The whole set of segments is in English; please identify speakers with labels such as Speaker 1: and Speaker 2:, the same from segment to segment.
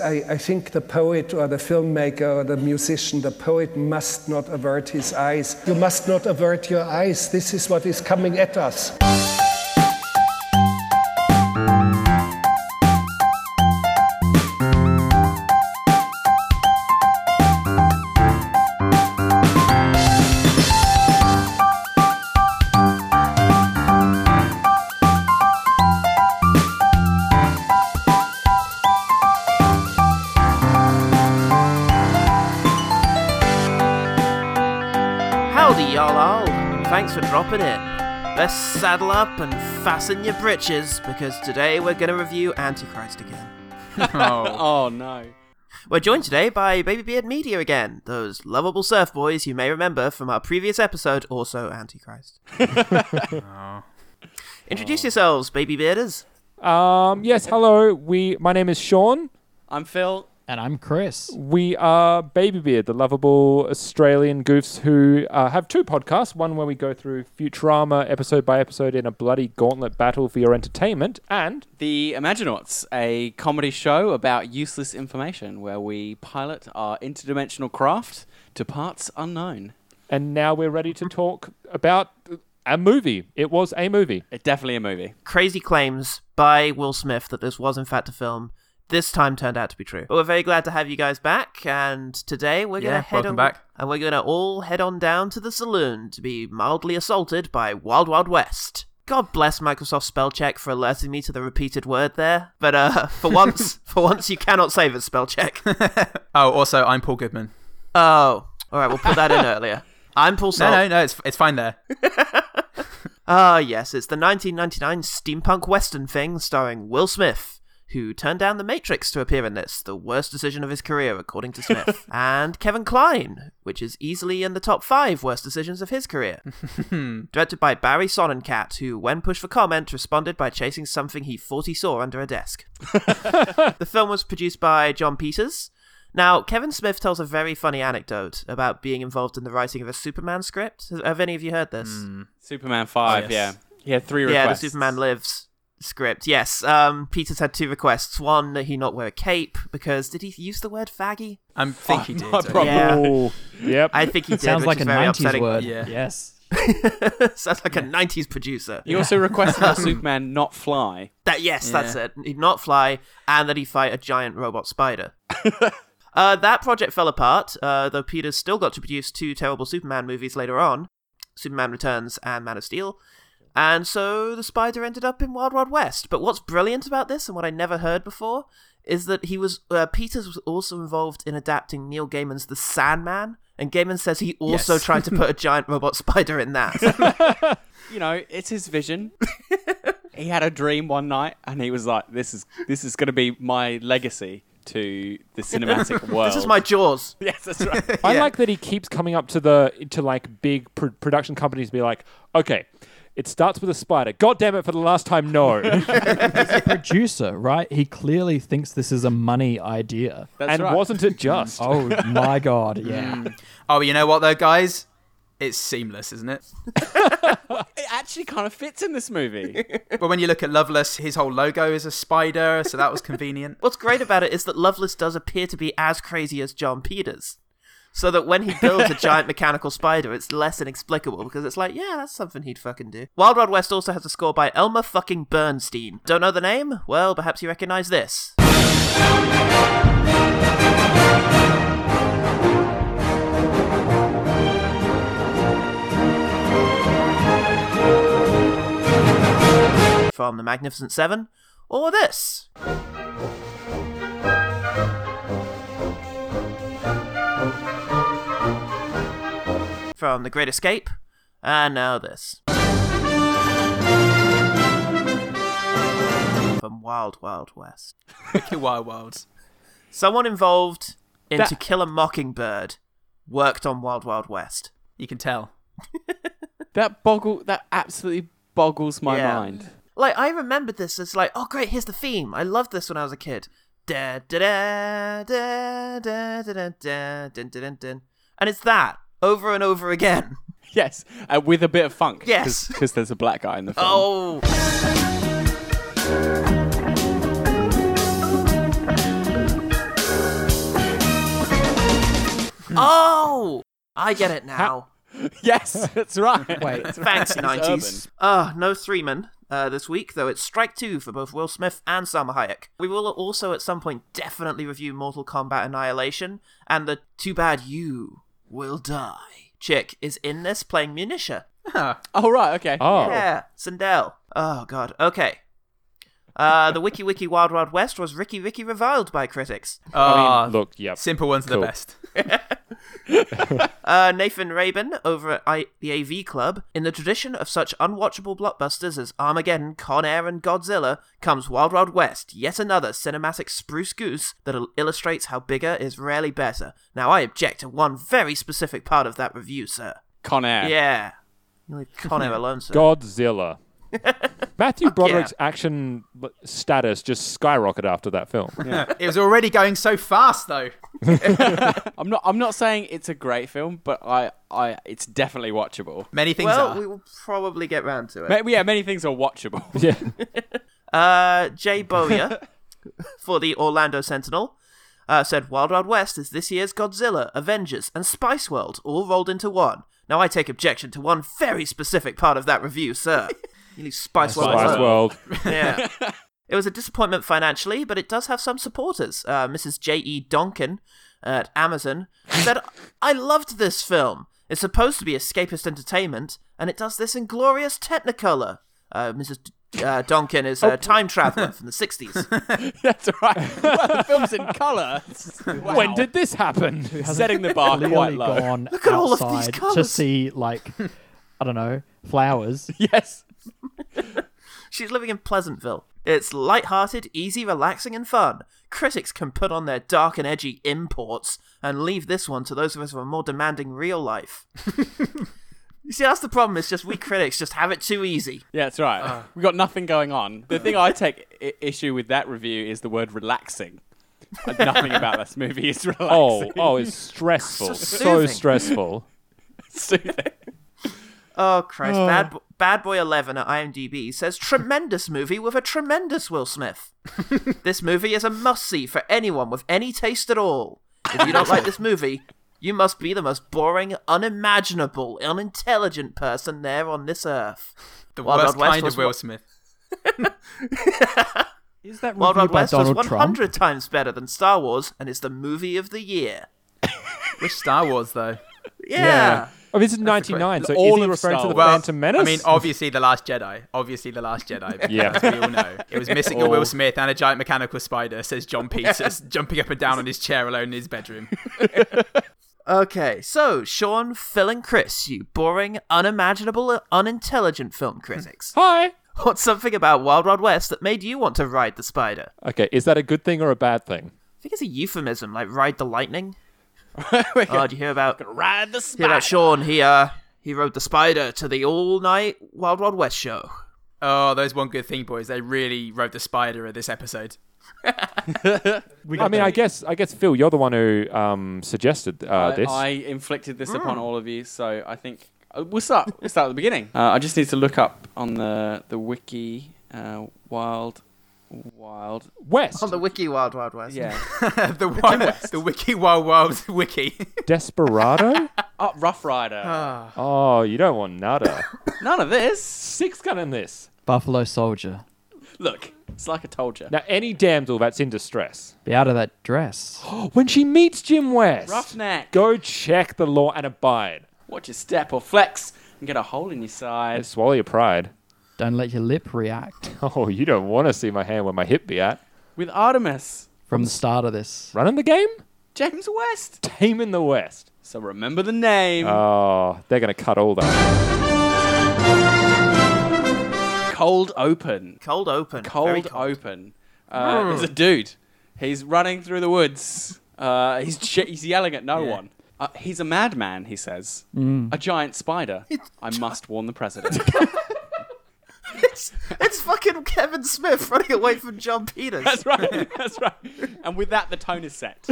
Speaker 1: I, I think the poet or the filmmaker or the musician, the poet must not avert his eyes. You must not avert your eyes. This is what is coming at us.
Speaker 2: Howdy, y'all all. Thanks for dropping it. Let's saddle up and fasten your breeches because today we're going to review Antichrist again.
Speaker 3: Oh no.
Speaker 2: We're joined today by Baby Beard Media again, those lovable surf boys you may remember from our previous episode, also Antichrist. Introduce yourselves, Baby Bearders.
Speaker 4: Um, yes, hello. We, my name is Sean.
Speaker 3: I'm Phil.
Speaker 5: And I'm Chris.
Speaker 4: We are Baby Beard, the lovable Australian goofs who uh, have two podcasts. One where we go through Futurama episode by episode in a bloody gauntlet battle for your entertainment, and
Speaker 3: The Imaginauts, a comedy show about useless information where we pilot our interdimensional craft to parts unknown.
Speaker 4: and now we're ready to talk about a movie. It was a movie.
Speaker 3: It's definitely a movie.
Speaker 2: Crazy claims by Will Smith that this was, in fact, a film. This time turned out to be true. But we're very glad to have you guys back, and today we're
Speaker 6: Yeah,
Speaker 2: gonna head
Speaker 6: welcome
Speaker 2: on
Speaker 6: back.
Speaker 2: and we're gonna all head on down to the saloon to be mildly assaulted by Wild Wild West. God bless Microsoft Spellcheck for alerting me to the repeated word there. But uh, for once, for once, you cannot save it, Spellcheck.
Speaker 6: Oh, also, I'm Paul Goodman.
Speaker 2: Oh, all right, we'll put that in earlier. I'm Paul
Speaker 6: No,
Speaker 2: Salt.
Speaker 6: no, no, it's, it's fine there.
Speaker 2: Ah, yes, it's the 1999 steampunk western thing starring Will Smith, who turned down The Matrix to appear in this, the worst decision of his career, according to Smith, and Kevin Kline, which is easily in the top five worst decisions of his career. Directed by Barry Sonnenkat, who, when pushed for comment, responded by chasing something he thought he saw under a desk. the film was produced by John Peters. Now, Kevin Smith tells a very funny anecdote about being involved in the writing of a Superman script. Have- Have any of you heard this?
Speaker 3: Superman 5,
Speaker 6: yes.
Speaker 3: yeah. He had three
Speaker 2: Oh, yeah,
Speaker 3: requests.
Speaker 2: the Superman Lives script. Yes, um, Peter's had two requests. One that he not wear a cape because did he use the word faggy?
Speaker 6: I am think he did.
Speaker 3: my
Speaker 6: so-
Speaker 3: problem.
Speaker 2: Yeah.
Speaker 4: Oh, yep.
Speaker 2: I think he did.
Speaker 5: Oh, Sounds
Speaker 2: which
Speaker 5: like
Speaker 2: is
Speaker 5: a
Speaker 2: very
Speaker 5: 90s
Speaker 2: upsetting.
Speaker 5: word.
Speaker 6: Yeah.
Speaker 5: Yes.
Speaker 2: Sounds like a '90s producer.
Speaker 3: He also requested that Superman not fly.
Speaker 2: That yes, that's it. He'd not fly, and that he fight a giant robot spider. uh, that project fell apart, uh, though Peters still got to produce two terrible Superman movies later on, Superman Returns and Man of Steel. And so the spider ended up in Wild Wild West. But what's brilliant about this, and what I never heard before, is that he was uh, Peters was also involved in adapting Neil Gaiman's The Sandman, and Gaiman says he also
Speaker 6: Yes.
Speaker 2: tried to put a giant robot spider in that.
Speaker 3: You know, it's his vision. he had a dream one night and he was like, This is this is gonna be my legacy to the cinematic world.
Speaker 2: this is my Jaws.
Speaker 3: Yes, that's right.
Speaker 4: I like that he keeps coming up to the to like big pr- production companies and be like, okay, it starts with a spider. God damn it! For the last time, no.
Speaker 5: Producer, right? He clearly thinks this is a money idea.
Speaker 3: That's
Speaker 4: and
Speaker 3: right.
Speaker 4: wasn't it just?
Speaker 5: Oh my god, yeah.
Speaker 2: Hmm.
Speaker 6: Oh, you know what, though, guys? It's seamless, isn't it?
Speaker 3: It actually kind of fits in this movie.
Speaker 6: But when you look at Loveless, his whole logo is a spider, so that was convenient.
Speaker 2: What's great about it is that Lovelace does appear to be as crazy as John Peters. So that when he builds a giant mechanical spider, it's less inexplicable because it's like, yeah, that's something he'd fucking do. Wild Wild West also has a score by Elmer fucking Bernstein. Don't know the name? Well, perhaps you recognize this. From The Magnificent Seven, or this. from The Great Escape, and now this. From Wild Wild West.
Speaker 6: Wicked Wild Wilds.
Speaker 2: Someone involved in
Speaker 3: That-
Speaker 2: To Kill a Mockingbird worked on Wild Wild West.
Speaker 6: You can tell.
Speaker 3: That boggle that absolutely boggles my
Speaker 2: Yeah.
Speaker 3: mind.
Speaker 2: Like, I remembered this as like, oh great, here's the theme. I loved this when I was a kid. Da da da da da da da da dun, dun, dun, dun. And it's that over and over again.
Speaker 3: Yes, uh, with a bit of funk.
Speaker 2: Yes.
Speaker 3: because there's a black guy in the film.
Speaker 2: Oh. Oh, I get it now.
Speaker 3: Yes, that's right.
Speaker 5: Wait.
Speaker 3: That's right.
Speaker 2: Thanks,
Speaker 3: It's
Speaker 2: nineties. Uh, no three men uh, this week, though it's strike two for both Will Smith and Salma Hayek. We will also at some point definitely review Mortal Kombat Annihilation and the Too Bad You Will Die. Chick is in this playing Munitia.
Speaker 3: urban. Oh right, okay.
Speaker 4: Oh,
Speaker 2: Yeah, Sindel. Oh god. Okay. Uh, the Wiki Wiki Wild Wild West was Ricky Ricky reviled by critics.
Speaker 4: I
Speaker 6: Ah,
Speaker 4: mean, look, yep.
Speaker 6: simple ones are
Speaker 4: Cool.
Speaker 6: the best.
Speaker 2: Uh, Nathan Rabin over at I- the AV Club, in the tradition of such unwatchable blockbusters as Armageddon, Con Air, and Godzilla, comes Wild Wild West, yet another cinematic spruce goose that il- illustrates how bigger is rarely better. Now, I object to one very specific part of that review, sir.
Speaker 3: Con Air.
Speaker 2: Yeah. You leave Con Air alone, sir.
Speaker 4: Godzilla. Matthew Broderick's
Speaker 2: yeah.
Speaker 4: action b- status just skyrocketed after that film.
Speaker 6: It was already going so fast though.
Speaker 3: I'm not. I'm not saying it's a great film, but I, I, it's definitely watchable.
Speaker 6: Many things
Speaker 2: well,
Speaker 6: are.
Speaker 2: we will probably get round to it.
Speaker 3: Ma- Yeah, many things are watchable.
Speaker 4: Yeah.
Speaker 2: Uh, Jay Bowyer for the Orlando Sentinel uh, said Wild Wild West is this year's Godzilla, Avengers, and Spice World all rolled into one. Now I take objection to one very specific part of that review, sir. You leave Spice World.
Speaker 4: Spice
Speaker 2: alone.
Speaker 4: World.
Speaker 2: Yeah. It was a disappointment financially, but it does have some supporters. Uh, Mrs. J.E. Donkin at Amazon said, I loved this film. It's supposed to be escapist entertainment, and it does this in glorious Technicolor. Uh, Mrs. D- uh, Donkin is a time traveler from the 60s.
Speaker 3: That's right. Well, the film's in colour. Wow.
Speaker 4: When did this happen?
Speaker 3: setting the bar quite
Speaker 5: Clearly
Speaker 3: low?
Speaker 5: gone
Speaker 2: Look at all of these
Speaker 5: outside to
Speaker 2: colours.
Speaker 5: see like I don't know flowers.
Speaker 3: Yes.
Speaker 2: She's living in Pleasantville. It's light-hearted, easy, relaxing, and fun. Critics can put on their dark and edgy imports and leave this one to those of us who are more demanding real life. you see, that's the problem. It's just we critics just have it too easy.
Speaker 3: Yeah, that's right. We've got nothing going on. The thing I take I- issue with that review is the word relaxing. Like, nothing about this movie is relaxing.
Speaker 4: Oh, oh, it's stressful.
Speaker 2: So
Speaker 4: so
Speaker 2: soothing.
Speaker 4: stressful.
Speaker 3: Soothing.
Speaker 2: Oh Christ! Bad Bo- Bad Boy Eleven at IMDb says tremendous movie with a tremendous Will Smith. this movie is a must-see for anyone with any taste at all. If you don't like this movie, you must be the most boring, unimaginable, unintelligent person there on this earth.
Speaker 6: the
Speaker 2: Wild
Speaker 6: worst
Speaker 2: Wild West
Speaker 6: kind
Speaker 2: was
Speaker 6: of Will
Speaker 2: what-
Speaker 6: Smith.
Speaker 5: Is that
Speaker 2: Wild Wild
Speaker 5: reviewed by
Speaker 2: West
Speaker 5: Donald
Speaker 2: was
Speaker 5: Trump?
Speaker 2: 100 times better than Star Wars and is the movie of the year.
Speaker 6: Which Star Wars though?
Speaker 2: Yeah.
Speaker 4: Oh, this is 99, so
Speaker 3: All
Speaker 4: is he
Speaker 3: of
Speaker 4: referring
Speaker 3: Star
Speaker 4: to the
Speaker 3: Wars.
Speaker 6: Well,
Speaker 4: Phantom Menace?
Speaker 6: I mean, obviously the Last Jedi. Obviously the Last Jedi. because
Speaker 4: Yeah.
Speaker 6: we all know it was missing a
Speaker 4: Oh.
Speaker 6: Will Smith and a giant mechanical spider. Says John Peters, jumping up and down on his chair alone in his bedroom.
Speaker 2: Okay, so Sean, Phil, and Chris, you boring, unimaginable, unintelligent film critics.
Speaker 4: Hi!
Speaker 2: What's something about Wild Wild West that made you want to ride the spider?
Speaker 4: Okay, is that a good thing or a bad thing?
Speaker 2: I think it's a euphemism, like ride the lightning. oh, did you hear about
Speaker 3: Ride the
Speaker 2: hear
Speaker 3: spider.
Speaker 2: about Sean? He uh he rode the spider to the all night Wild Wild West show.
Speaker 6: Oh, those one good thing boys. They really rode the spider of this episode.
Speaker 5: We
Speaker 4: I
Speaker 5: got
Speaker 4: mean,
Speaker 5: the-
Speaker 4: I guess, I guess, Phil, you're the one who um, suggested uh,
Speaker 3: I,
Speaker 4: this.
Speaker 3: I inflicted this upon all of you, so I think uh, we'll start. We'll start at the beginning. Uh, I just need to look up on the the wiki. Uh, wild, wild.
Speaker 4: West,
Speaker 2: On the wiki Wild Wild West.
Speaker 3: Yeah.
Speaker 6: the one, the wiki wild wild wiki.
Speaker 4: Desperado?
Speaker 3: Oh, Rough Rider.
Speaker 4: oh, you don't want nada.
Speaker 3: None of this.
Speaker 4: Six gun in this.
Speaker 5: Buffalo Soldier.
Speaker 3: Look, it's like I told you.
Speaker 4: Now, any damsel that's in distress,
Speaker 5: Be out of that dress.
Speaker 4: when she meets Jim West,
Speaker 3: Roughneck.
Speaker 4: go check the law and abide.
Speaker 3: Watch your step or flex and get a hole in your
Speaker 4: And
Speaker 3: side.
Speaker 4: swallow your pride.
Speaker 5: Don't let your lip react.
Speaker 4: Oh, you don't want to see my hand where my hip be at.
Speaker 3: With Artemis,
Speaker 5: From the start of this,
Speaker 4: Running the game?
Speaker 3: James West.
Speaker 4: Tame in the West.
Speaker 3: So remember the name.
Speaker 4: Oh, they're going to cut all that.
Speaker 3: cold Open.
Speaker 2: Cold open. very
Speaker 3: Cold,
Speaker 2: cold.
Speaker 3: Open. Uh, there's a dude. He's running through the woods. Uh, he's, ch- he's yelling at no one. Uh, he's a madman, he says. A giant spider. I must warn the president.
Speaker 2: It's, it's fucking Kevin Smith running away from John Peters.
Speaker 3: That's right. That's right. And with that, the tone is set.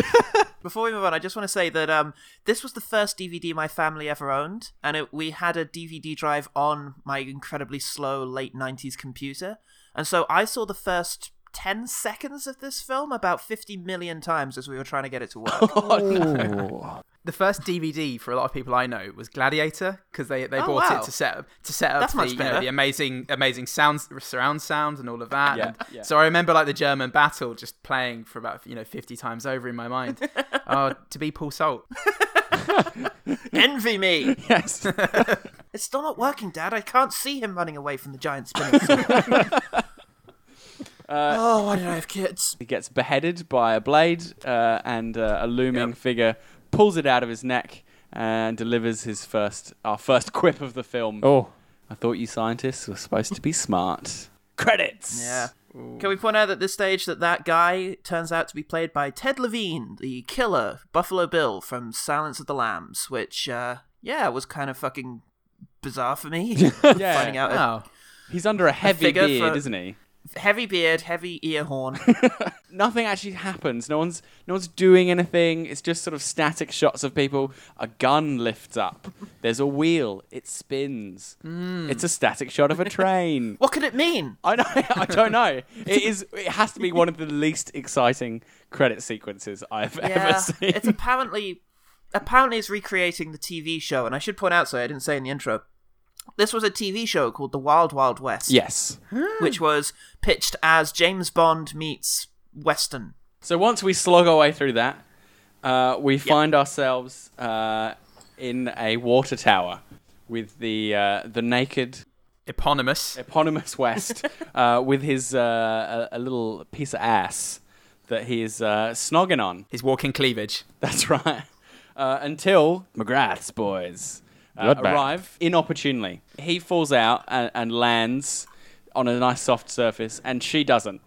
Speaker 2: Before we move on, I just want to say that um, this was the first DVD my family ever owned, and it, we had a DVD drive on my incredibly slow late 90s computer. And so I saw the first 10 seconds of this film about 50 million times as we were trying to get it to work.
Speaker 6: the first DVD for a lot of people I know was Gladiator because they, they
Speaker 2: Oh,
Speaker 6: bought
Speaker 2: wow.
Speaker 6: it to set up to set up
Speaker 2: That's
Speaker 6: the,
Speaker 2: much
Speaker 6: you know,
Speaker 2: better.
Speaker 6: the amazing amazing sounds surround sound and all of that.
Speaker 3: Yeah,
Speaker 6: And
Speaker 3: yeah.
Speaker 6: So I remember like the German battle just playing for about you know fifty times over in my mind. Oh, to be Paul Salt.
Speaker 2: Envy me.
Speaker 3: Yes.
Speaker 2: It's still not working, Dad. I can't see him running away from the giant spinning. oh, why did I have kids?
Speaker 3: He gets beheaded by a blade, uh, and uh, a looming figure pulls it out of his neck and delivers his first, our first quip of the film.
Speaker 4: Oh,
Speaker 3: I thought you scientists were supposed to be smart. Credits.
Speaker 2: Yeah. Can we point out at this stage that that guy turns out to be played by Ted Levine, the killer Buffalo Bill from Silence of the Lambs, which, uh, yeah, was kind of fucking bizarre for me.
Speaker 3: Yeah.
Speaker 2: Finding out
Speaker 6: Oh,
Speaker 3: He's under a heavy
Speaker 2: figure
Speaker 3: beard,
Speaker 2: for-
Speaker 3: isn't he?
Speaker 2: a heavy beard, heavy ear horn.
Speaker 3: Nothing actually happens. No one's no one's doing anything. It's just sort of static shots of people. A gun lifts up. There's a wheel. It spins.
Speaker 2: Hmm.
Speaker 3: It's a static shot of a train.
Speaker 2: what could it mean?
Speaker 3: I know. I don't know. It is. It has to be one of the least exciting credit sequences I've ever
Speaker 2: Yeah,
Speaker 3: seen.
Speaker 2: it's apparently apparently it's recreating the TV show, and I should point out, so I didn't say in the intro, this was a TV show called The Wild Wild West,
Speaker 3: yes.
Speaker 2: which was pitched as James Bond meets Western.
Speaker 3: So once we slog our way through that, uh, we find ourselves uh, in a water tower with the uh, the naked
Speaker 6: eponymous.
Speaker 3: eponymous West uh, with his uh, a, a little piece of ass that he's uh, snogging on.
Speaker 6: His walking cleavage.
Speaker 3: That's right. Uh, until McGrath's boys uh,
Speaker 4: Bloodbath.
Speaker 3: arrive inopportunely. He falls out and, and lands on a nice soft surface, and she doesn't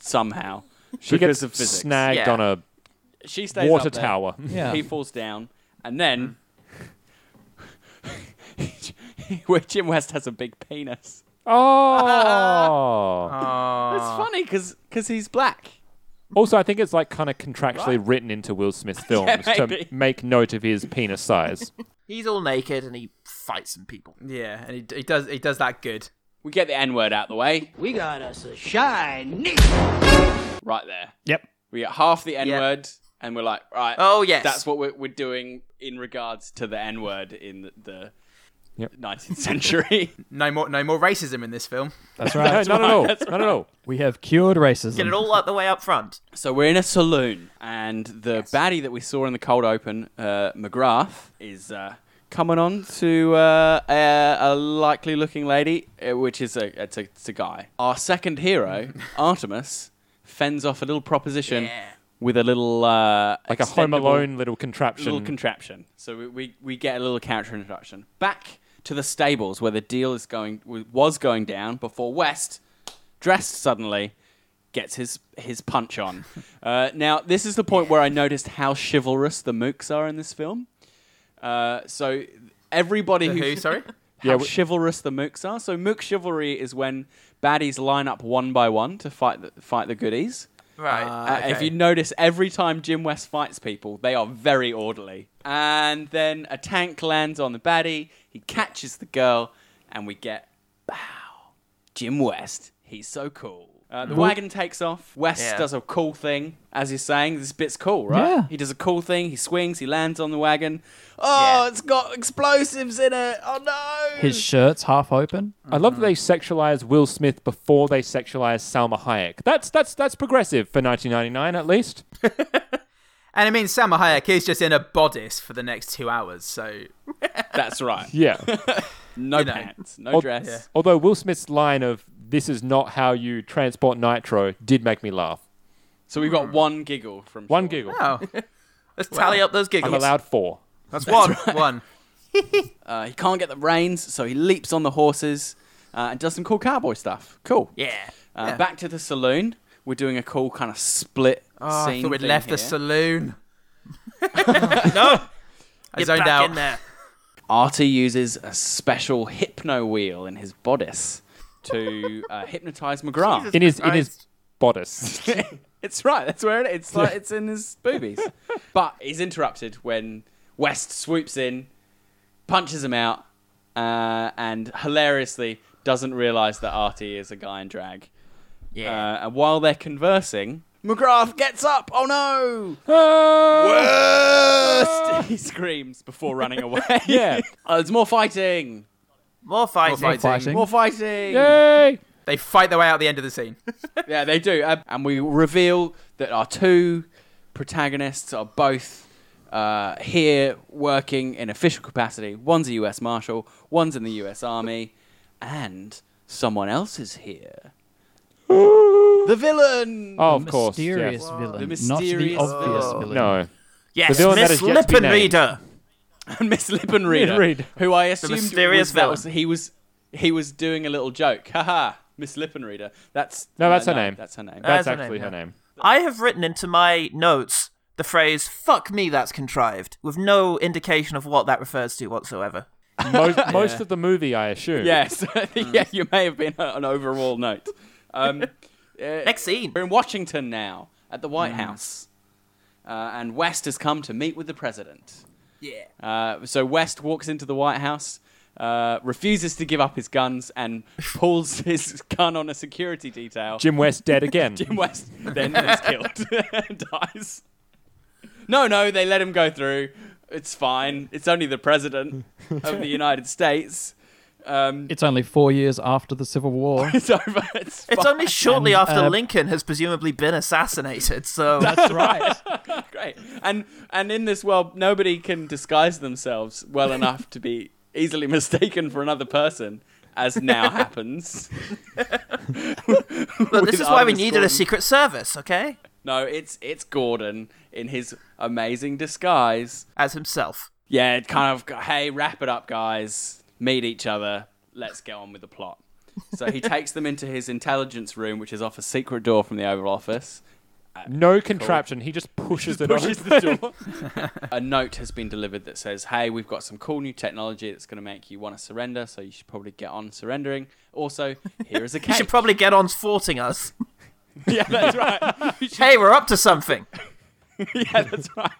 Speaker 3: somehow.
Speaker 4: she
Speaker 3: because
Speaker 4: gets
Speaker 3: of physics.
Speaker 4: snagged
Speaker 2: Yeah.
Speaker 4: on a
Speaker 3: She stays
Speaker 4: water
Speaker 3: up there.
Speaker 4: tower.
Speaker 5: Yeah.
Speaker 3: He falls down, and then where Jim West has a big penis.
Speaker 4: Oh.
Speaker 3: It's funny because he's black.
Speaker 4: also, I think it's like kind of contractually written into Will Smith's films to
Speaker 3: maybe.
Speaker 4: make note of his penis size.
Speaker 2: He's all naked and he fights some people.
Speaker 6: Yeah, and he, he does he does that good.
Speaker 3: We get the N word out the way
Speaker 7: We got us a shiny.
Speaker 3: right there.
Speaker 5: Yep.
Speaker 3: We get half the N word, and we're like, right.
Speaker 2: Oh, yes.
Speaker 3: That's what we're, we're doing in regards to the N word in the- the
Speaker 4: Yep.
Speaker 3: 19th century.
Speaker 6: No more no more racism in this film.
Speaker 5: That's
Speaker 4: no,
Speaker 5: right.
Speaker 4: not at all. Not at all.
Speaker 5: We have cured racism.
Speaker 2: Get it all out the way up front.
Speaker 3: so we're in a saloon, and the baddie that we saw in the cold open, uh, McGrath, is uh, coming on to uh, a, a likely looking lady, uh, which is a, it's a, it's a guy. Our second hero, Artemis, fends off a little proposition. With a little uh,
Speaker 4: Like a Home
Speaker 3: extendable-
Speaker 4: Alone little contraption.
Speaker 3: little contraption. So we, we, we get a little character introduction. Back to the stables where the deal is going was going down before West, dressed suddenly, gets his his punch on. uh, now this is the point where I noticed how chivalrous the mooks are in this film. Uh, so everybody
Speaker 6: The
Speaker 3: who
Speaker 6: who, sorry?
Speaker 3: how
Speaker 4: Yeah, we-
Speaker 3: chivalrous the mooks are. So mook chivalry is when baddies line up one by one to fight the, fight the goodies.
Speaker 6: Right.
Speaker 3: Uh, If you notice, every time Jim West fights people, they are very orderly. And then a tank lands on the baddie, he catches the girl, and we get wow, Jim West. He's so cool. Uh, the wagon takes off. West
Speaker 2: Yeah.
Speaker 3: does a cool thing, as he's saying. This bit's cool, right?
Speaker 5: Yeah.
Speaker 3: He does a cool thing. He swings. He lands on the wagon. Oh,
Speaker 2: Yeah.
Speaker 3: it's got explosives in it. Oh no!
Speaker 5: His shirt's half open.
Speaker 4: I love that they sexualize Will Smith before they sexualize Salma Hayek. That's that's that's progressive for 1999 at least.
Speaker 6: And I mean Salma Hayek is just in a bodice for the next two hours, so
Speaker 3: That's right.
Speaker 4: Yeah.
Speaker 3: No
Speaker 6: know.
Speaker 3: pants. No
Speaker 4: Al-
Speaker 3: dress.
Speaker 4: Although Will Smith's line of "This is not how you transport nitro" did make me laugh.
Speaker 3: So we've got one giggle from
Speaker 4: One
Speaker 3: Sean.
Speaker 4: giggle.
Speaker 6: oh,
Speaker 2: Let's tally up those giggles.
Speaker 4: I'm allowed four.
Speaker 6: that's one one.
Speaker 3: Uh, he can't get the reins, so he leaps on the horses uh, and does some cool cowboy stuff. Cool.
Speaker 2: Yeah.
Speaker 3: Uh, Back to the saloon. We're doing a cool kind of split
Speaker 6: Oh, I
Speaker 3: scene.
Speaker 6: thought we'd
Speaker 3: thing
Speaker 6: left
Speaker 3: here.
Speaker 6: the saloon.
Speaker 2: No.
Speaker 6: I
Speaker 2: Get
Speaker 6: zoned
Speaker 2: back
Speaker 6: out.
Speaker 2: in there.
Speaker 3: Artie uses a special hypno wheel in his bodice to uh, hypnotize McGrath.
Speaker 4: In his in his bodice.
Speaker 3: it's right. That's where it, it's like, it's in his boobies. but he's interrupted when West swoops in, punches him out, uh, and hilariously doesn't realize that Artie is a guy in drag.
Speaker 2: Yeah.
Speaker 3: Uh, and while they're conversing, McGrath gets up. Oh no!
Speaker 4: Ah!
Speaker 3: West! he screams before running away.
Speaker 4: Yeah.
Speaker 3: oh, there's more fighting.
Speaker 2: More fighting.
Speaker 6: More
Speaker 5: fighting.
Speaker 3: More fighting.
Speaker 4: Yay!
Speaker 6: They fight their way out the end of the scene.
Speaker 3: Yeah, they do. Um, and we reveal that our two protagonists are both uh, here working in official capacity. One's a US Marshal, one's in the US Army, and someone else is here. the villain!
Speaker 4: Oh,
Speaker 5: The
Speaker 4: of course. yes.
Speaker 5: Mysterious
Speaker 3: The
Speaker 5: villain,
Speaker 3: mysterious
Speaker 5: not the obvious
Speaker 3: villain.
Speaker 5: villain.
Speaker 4: No.
Speaker 2: Yes,
Speaker 4: The villain that
Speaker 2: Miss
Speaker 4: is yet to be named.
Speaker 2: Lippenreader.
Speaker 3: And Miss Lippenreader,
Speaker 4: Lippenreader.
Speaker 3: who I assumed
Speaker 2: mysterious
Speaker 3: was, that
Speaker 2: villain.
Speaker 3: was- he was he was doing a little joke. Haha, Miss Lippenreader. That's
Speaker 4: No, that's her name.
Speaker 3: That's her name.
Speaker 4: That's,
Speaker 2: That's her
Speaker 4: actually
Speaker 2: name,
Speaker 4: her
Speaker 2: yeah.
Speaker 4: name.
Speaker 2: I have written into my notes the phrase "fuck me, that's contrived" with no indication of what that refers to whatsoever.
Speaker 4: Most, most of the movie, I assume.
Speaker 3: Yes, yeah, you may have been on an overall note. Um,
Speaker 2: Next scene.
Speaker 3: We're in Washington now, at the White House, uh, and West has come to meet with the president.
Speaker 2: Yeah.
Speaker 3: Uh, so West walks into the White House, uh, refuses to give up his guns, and pulls his gun on a security detail.
Speaker 4: Jim West dead again.
Speaker 3: Jim West then is killed and dies. No, no, they let him go through. It's fine. It's only the president of the United States. Um,
Speaker 5: It's only four years after the Civil War.
Speaker 3: it's over. It's,
Speaker 2: It's
Speaker 3: fine.
Speaker 2: only shortly
Speaker 5: And,
Speaker 2: after
Speaker 5: uh,
Speaker 2: Lincoln has presumably been assassinated, so
Speaker 5: That's right.
Speaker 3: great. And and in this world, nobody can disguise themselves well enough to be easily mistaken for another person, as now happens.
Speaker 2: Look, this
Speaker 3: With
Speaker 2: is why we
Speaker 3: Artemis
Speaker 2: needed a
Speaker 3: Gordon.
Speaker 2: secret service, okay?
Speaker 3: No, it's it's Gordon in his amazing disguise.
Speaker 2: As himself.
Speaker 3: Yeah, it kind of. Hey, wrap it up, guys. Meet each other. Let's get on with the plot. So he takes them into his intelligence room, which is off a secret door from the Oval Office.
Speaker 4: No contraption. He just pushes it
Speaker 3: pushes
Speaker 4: open.
Speaker 3: the door. a note has been delivered that says, "Hey, we've got some cool new technology that's going to make you want to surrender, so you should probably get on surrendering." Also, here is a
Speaker 2: You
Speaker 3: cake.
Speaker 2: should probably get on thwarting us.
Speaker 3: yeah, that's right.
Speaker 2: hey, we're up to something.
Speaker 3: yeah, that's right.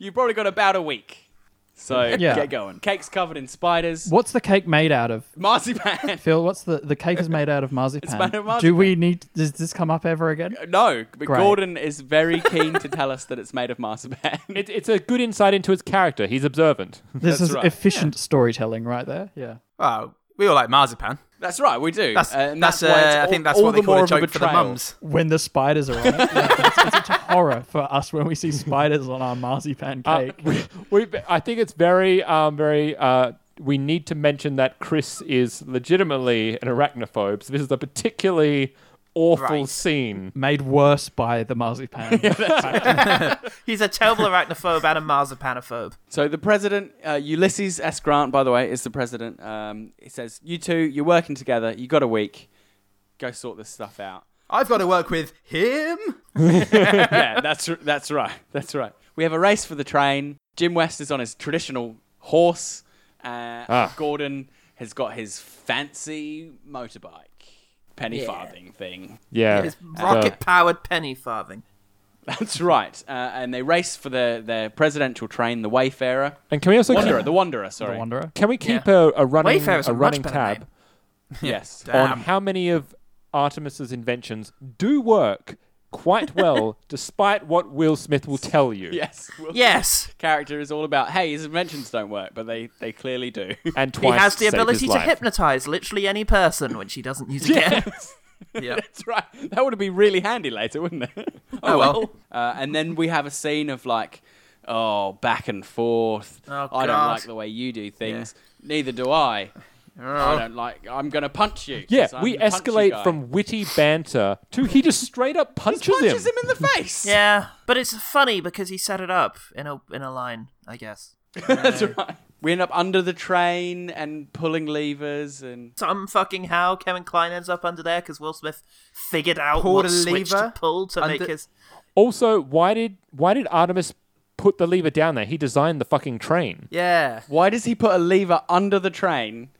Speaker 3: You've probably got about a week, so
Speaker 5: Yeah.
Speaker 3: get going. Cake's covered in spiders.
Speaker 5: What's the cake made out of?
Speaker 3: Marzipan.
Speaker 5: Phil, what's the the cake is made out of marzipan.
Speaker 3: made of
Speaker 5: Do we need does this come up ever again?
Speaker 3: No, but
Speaker 5: Great.
Speaker 3: Gordon is very keen to tell us that it's made of marzipan.
Speaker 4: It, it's a good insight into his character. He's observant.
Speaker 5: This
Speaker 3: That's
Speaker 5: is
Speaker 3: right.
Speaker 5: efficient storytelling right there. Yeah.
Speaker 6: Oh, we all like marzipan.
Speaker 3: that's right, we do.
Speaker 6: That's
Speaker 3: Uh, and
Speaker 6: that's,
Speaker 3: why
Speaker 6: uh,
Speaker 3: it's
Speaker 6: I
Speaker 3: all-
Speaker 6: think that's
Speaker 3: all
Speaker 6: what they
Speaker 3: the
Speaker 6: call
Speaker 3: more
Speaker 6: a
Speaker 3: of
Speaker 6: joke for the
Speaker 3: betrarial.
Speaker 6: mums.
Speaker 5: When the spiders are on it. yeah, it's, it's such a horror for us when we see spiders on our marzipan
Speaker 4: Uh,
Speaker 5: cake.
Speaker 4: we, we, I think it's very, um, very. Uh, we need to mention that Chris is legitimately an arachnophobe. So this is a particularly awful
Speaker 6: Right.
Speaker 4: scene.
Speaker 5: made worse by the marzipan.
Speaker 2: He's a terrible arachnophobe and a marzipanophobe.
Speaker 3: So the president, uh, Ulysses S. Grant, by the way, is the president. Um, it says, "You two, you're working together. You got a week. Go sort this stuff out."
Speaker 6: I've got to work with him.
Speaker 3: yeah, that's r- that's right. That's right. We have a race for the train. Jim West is on his traditional horse. Uh,
Speaker 4: Ah.
Speaker 3: Gordon has got his fancy motorbike, penny farthing thing.
Speaker 4: Yeah.
Speaker 2: His rocket powered penny farthing.
Speaker 3: That's right. Uh, and they race for their, their presidential train, the Wayfarer,
Speaker 4: and can we also
Speaker 3: Wanderer,
Speaker 4: can,
Speaker 3: the Wanderer. Sorry.
Speaker 5: Wanderer.
Speaker 4: we keep a, a running
Speaker 2: Wayfarer's
Speaker 4: a
Speaker 2: a much
Speaker 4: running
Speaker 2: better
Speaker 4: tab
Speaker 2: name.
Speaker 3: Yes.
Speaker 4: on how many of Artemis's inventions do work quite well, despite what Will Smith will tell you?
Speaker 3: Yes. We'll-
Speaker 2: Yes,
Speaker 3: character is all about hey his inventions don't work but they they clearly do
Speaker 4: And
Speaker 2: he
Speaker 4: twice
Speaker 2: has the
Speaker 4: saved his
Speaker 2: ability to
Speaker 4: life.
Speaker 2: hypnotize literally any person, which he doesn't use again.
Speaker 6: Yeah.
Speaker 3: that's right that would have been really handy later wouldn't it
Speaker 6: Oh well.
Speaker 3: uh, and then we have a scene of like oh back and forth
Speaker 2: Oh,
Speaker 3: i
Speaker 2: God.
Speaker 3: don't
Speaker 2: Oh.
Speaker 3: like the way you do things neither do i i don't like i'm gonna punch you 'cause
Speaker 4: Yeah,
Speaker 3: I'm
Speaker 4: we
Speaker 3: the punchy
Speaker 4: escalate
Speaker 3: guy."
Speaker 4: from witty banter to he just straight up punches,
Speaker 3: punches him in the face
Speaker 2: Yeah, but it's funny because he set it up in a in a line, I guess.
Speaker 3: that's right we end up under the train and pulling levers and
Speaker 2: Some fucking how Kevin Klein ends up under there because Will Smith figured out
Speaker 6: Pulled
Speaker 2: what
Speaker 6: a
Speaker 2: switch
Speaker 6: lever
Speaker 2: to pull to make
Speaker 6: under-
Speaker 2: his.
Speaker 4: Also, why did why did Artemis put the lever down there? He designed the fucking train.
Speaker 2: Yeah,
Speaker 3: why does he put a lever under the train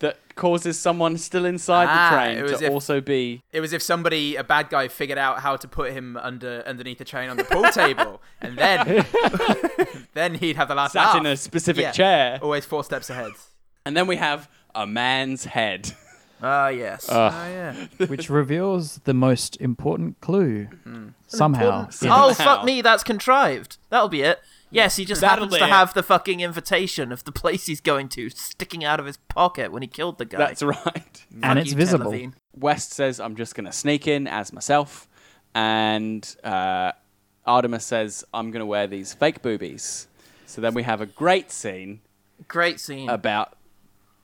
Speaker 3: that causes someone still inside
Speaker 6: Ah,
Speaker 3: the
Speaker 6: it
Speaker 3: train
Speaker 6: was
Speaker 3: to
Speaker 6: if-
Speaker 3: also be
Speaker 6: It was if somebody, a bad guy, figured out how to put him under underneath the train on the pool table, and then then he'd have the last
Speaker 3: sat
Speaker 6: laugh.
Speaker 3: in a specific
Speaker 6: Yeah.
Speaker 3: chair
Speaker 6: Always four steps ahead.
Speaker 3: And then we have a man's head.
Speaker 6: Ah, yes.
Speaker 3: Uh,
Speaker 4: Ah.
Speaker 6: oh, yeah.
Speaker 5: which reveals the most important clue somehow.
Speaker 2: Important-
Speaker 5: in-
Speaker 2: Oh
Speaker 3: Somehow.
Speaker 2: fuck me, that's contrived. That'll be it. Yes, he just
Speaker 3: That'll
Speaker 2: happens
Speaker 3: be
Speaker 2: to
Speaker 3: it.
Speaker 2: have the fucking invitation of the place he's going to sticking out of his pocket when he killed the guy.
Speaker 3: That's right.
Speaker 2: Fuck
Speaker 5: and it's
Speaker 2: you, Ted
Speaker 5: visible.
Speaker 2: Levine.
Speaker 3: West says, I'm just going to sneak in as myself. And uh, Artemis says, I'm going to wear these fake boobies. So then we have a great scene
Speaker 2: Great scene.
Speaker 5: Uh,
Speaker 3: about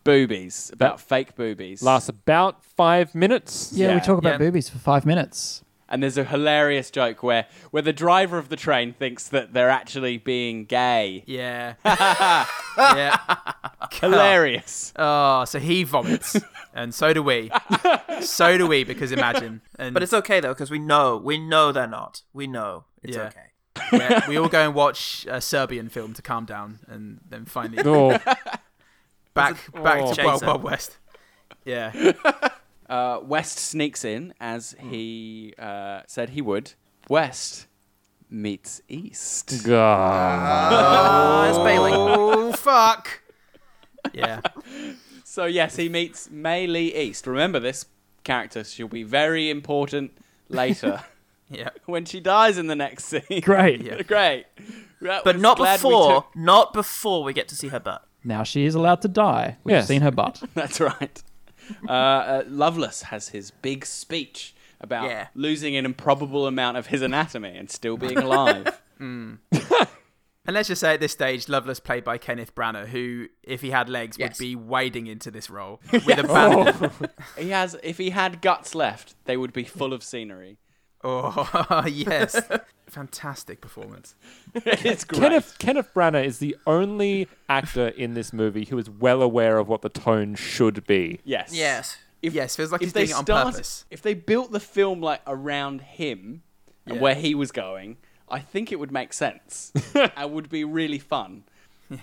Speaker 3: boobies, about fake boobies.
Speaker 4: Lasts about five minutes.
Speaker 5: Yeah, we
Speaker 3: Yeah.
Speaker 5: talk about
Speaker 6: Yeah.
Speaker 5: boobies for five minutes.
Speaker 3: And there's a hilarious joke where, where the driver of the train thinks that they're actually being gay.
Speaker 6: Yeah. yeah.
Speaker 3: Hilarious.
Speaker 6: Oh, so he vomits, and so do we. so do we, because imagine. And
Speaker 2: but it's okay though, because we know we know they're not. We know it's
Speaker 6: Yeah.
Speaker 2: okay.
Speaker 6: yeah, we all go and watch a Serbian film to calm down, and then finally
Speaker 4: Oh,
Speaker 6: back back to
Speaker 2: Chaser.
Speaker 6: Wild Wild West. Yeah,
Speaker 3: Uh, West sneaks in as
Speaker 2: Hmm.
Speaker 3: he uh, said he would. West meets East.
Speaker 4: God.
Speaker 2: Oh, it's Bailey.
Speaker 6: Oh fuck. Yeah.
Speaker 3: So yes, he meets May Lee East. Remember this character; she'll be very important later
Speaker 6: Yeah.
Speaker 3: when she dies in the next scene.
Speaker 5: Great.
Speaker 3: Great. That
Speaker 2: But
Speaker 3: was-
Speaker 2: not
Speaker 3: glad we
Speaker 2: before.
Speaker 3: took-
Speaker 2: Not before we get to see her butt.
Speaker 5: Now she is allowed to die. We've
Speaker 4: Yes.
Speaker 5: seen her butt.
Speaker 3: That's right. Uh, uh, Lovelace has his big speech about
Speaker 2: Yeah.
Speaker 3: losing an improbable amount of his anatomy and still being alive.
Speaker 6: And let's just say at this stage, Lovelace played by Kenneth Branagh, who, if he had legs,
Speaker 2: Yes.
Speaker 6: would be wading into this role with a banner.
Speaker 3: he has, if he had guts left, they would be full of scenery.
Speaker 6: Oh, yes, fantastic performance.
Speaker 3: it's great.
Speaker 4: Kenneth Kenneth Branagh is the only actor in this movie who is well aware of what the tone should be.
Speaker 3: Yes.
Speaker 2: Yes.
Speaker 3: If-
Speaker 6: Yes, feels like
Speaker 3: if
Speaker 6: he's
Speaker 3: they
Speaker 6: doing it on
Speaker 3: started-
Speaker 6: purpose.
Speaker 3: If they built the film like around him and
Speaker 6: Yeah.
Speaker 3: where he was going, I think it would make sense and would be really fun.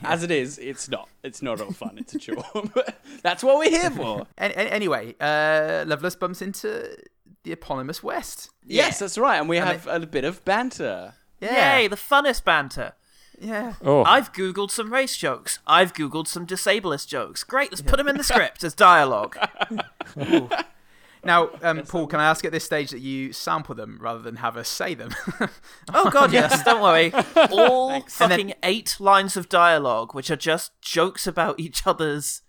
Speaker 3: As it is, it's not. It's not all fun. It's a chore. But That's what we're here for.
Speaker 6: An- an- anyway, uh, Lovelace bumps into the eponymous West.
Speaker 3: Yes, that's right. And we have a bit of banter.
Speaker 6: Yeah.
Speaker 2: Yay, the funnest banter.
Speaker 6: Yeah,
Speaker 4: Oh,
Speaker 2: I've googled some race jokes. I've googled some disablest jokes. Great, let's put them in the script as dialogue.
Speaker 3: Oh.
Speaker 6: Now, um, Paul, can I ask at this stage that you sample them rather than have us say them?
Speaker 2: Oh god, yes, don't worry. All
Speaker 6: And
Speaker 2: fucking
Speaker 6: then-
Speaker 2: eight lines of dialogue which are just jokes about each other's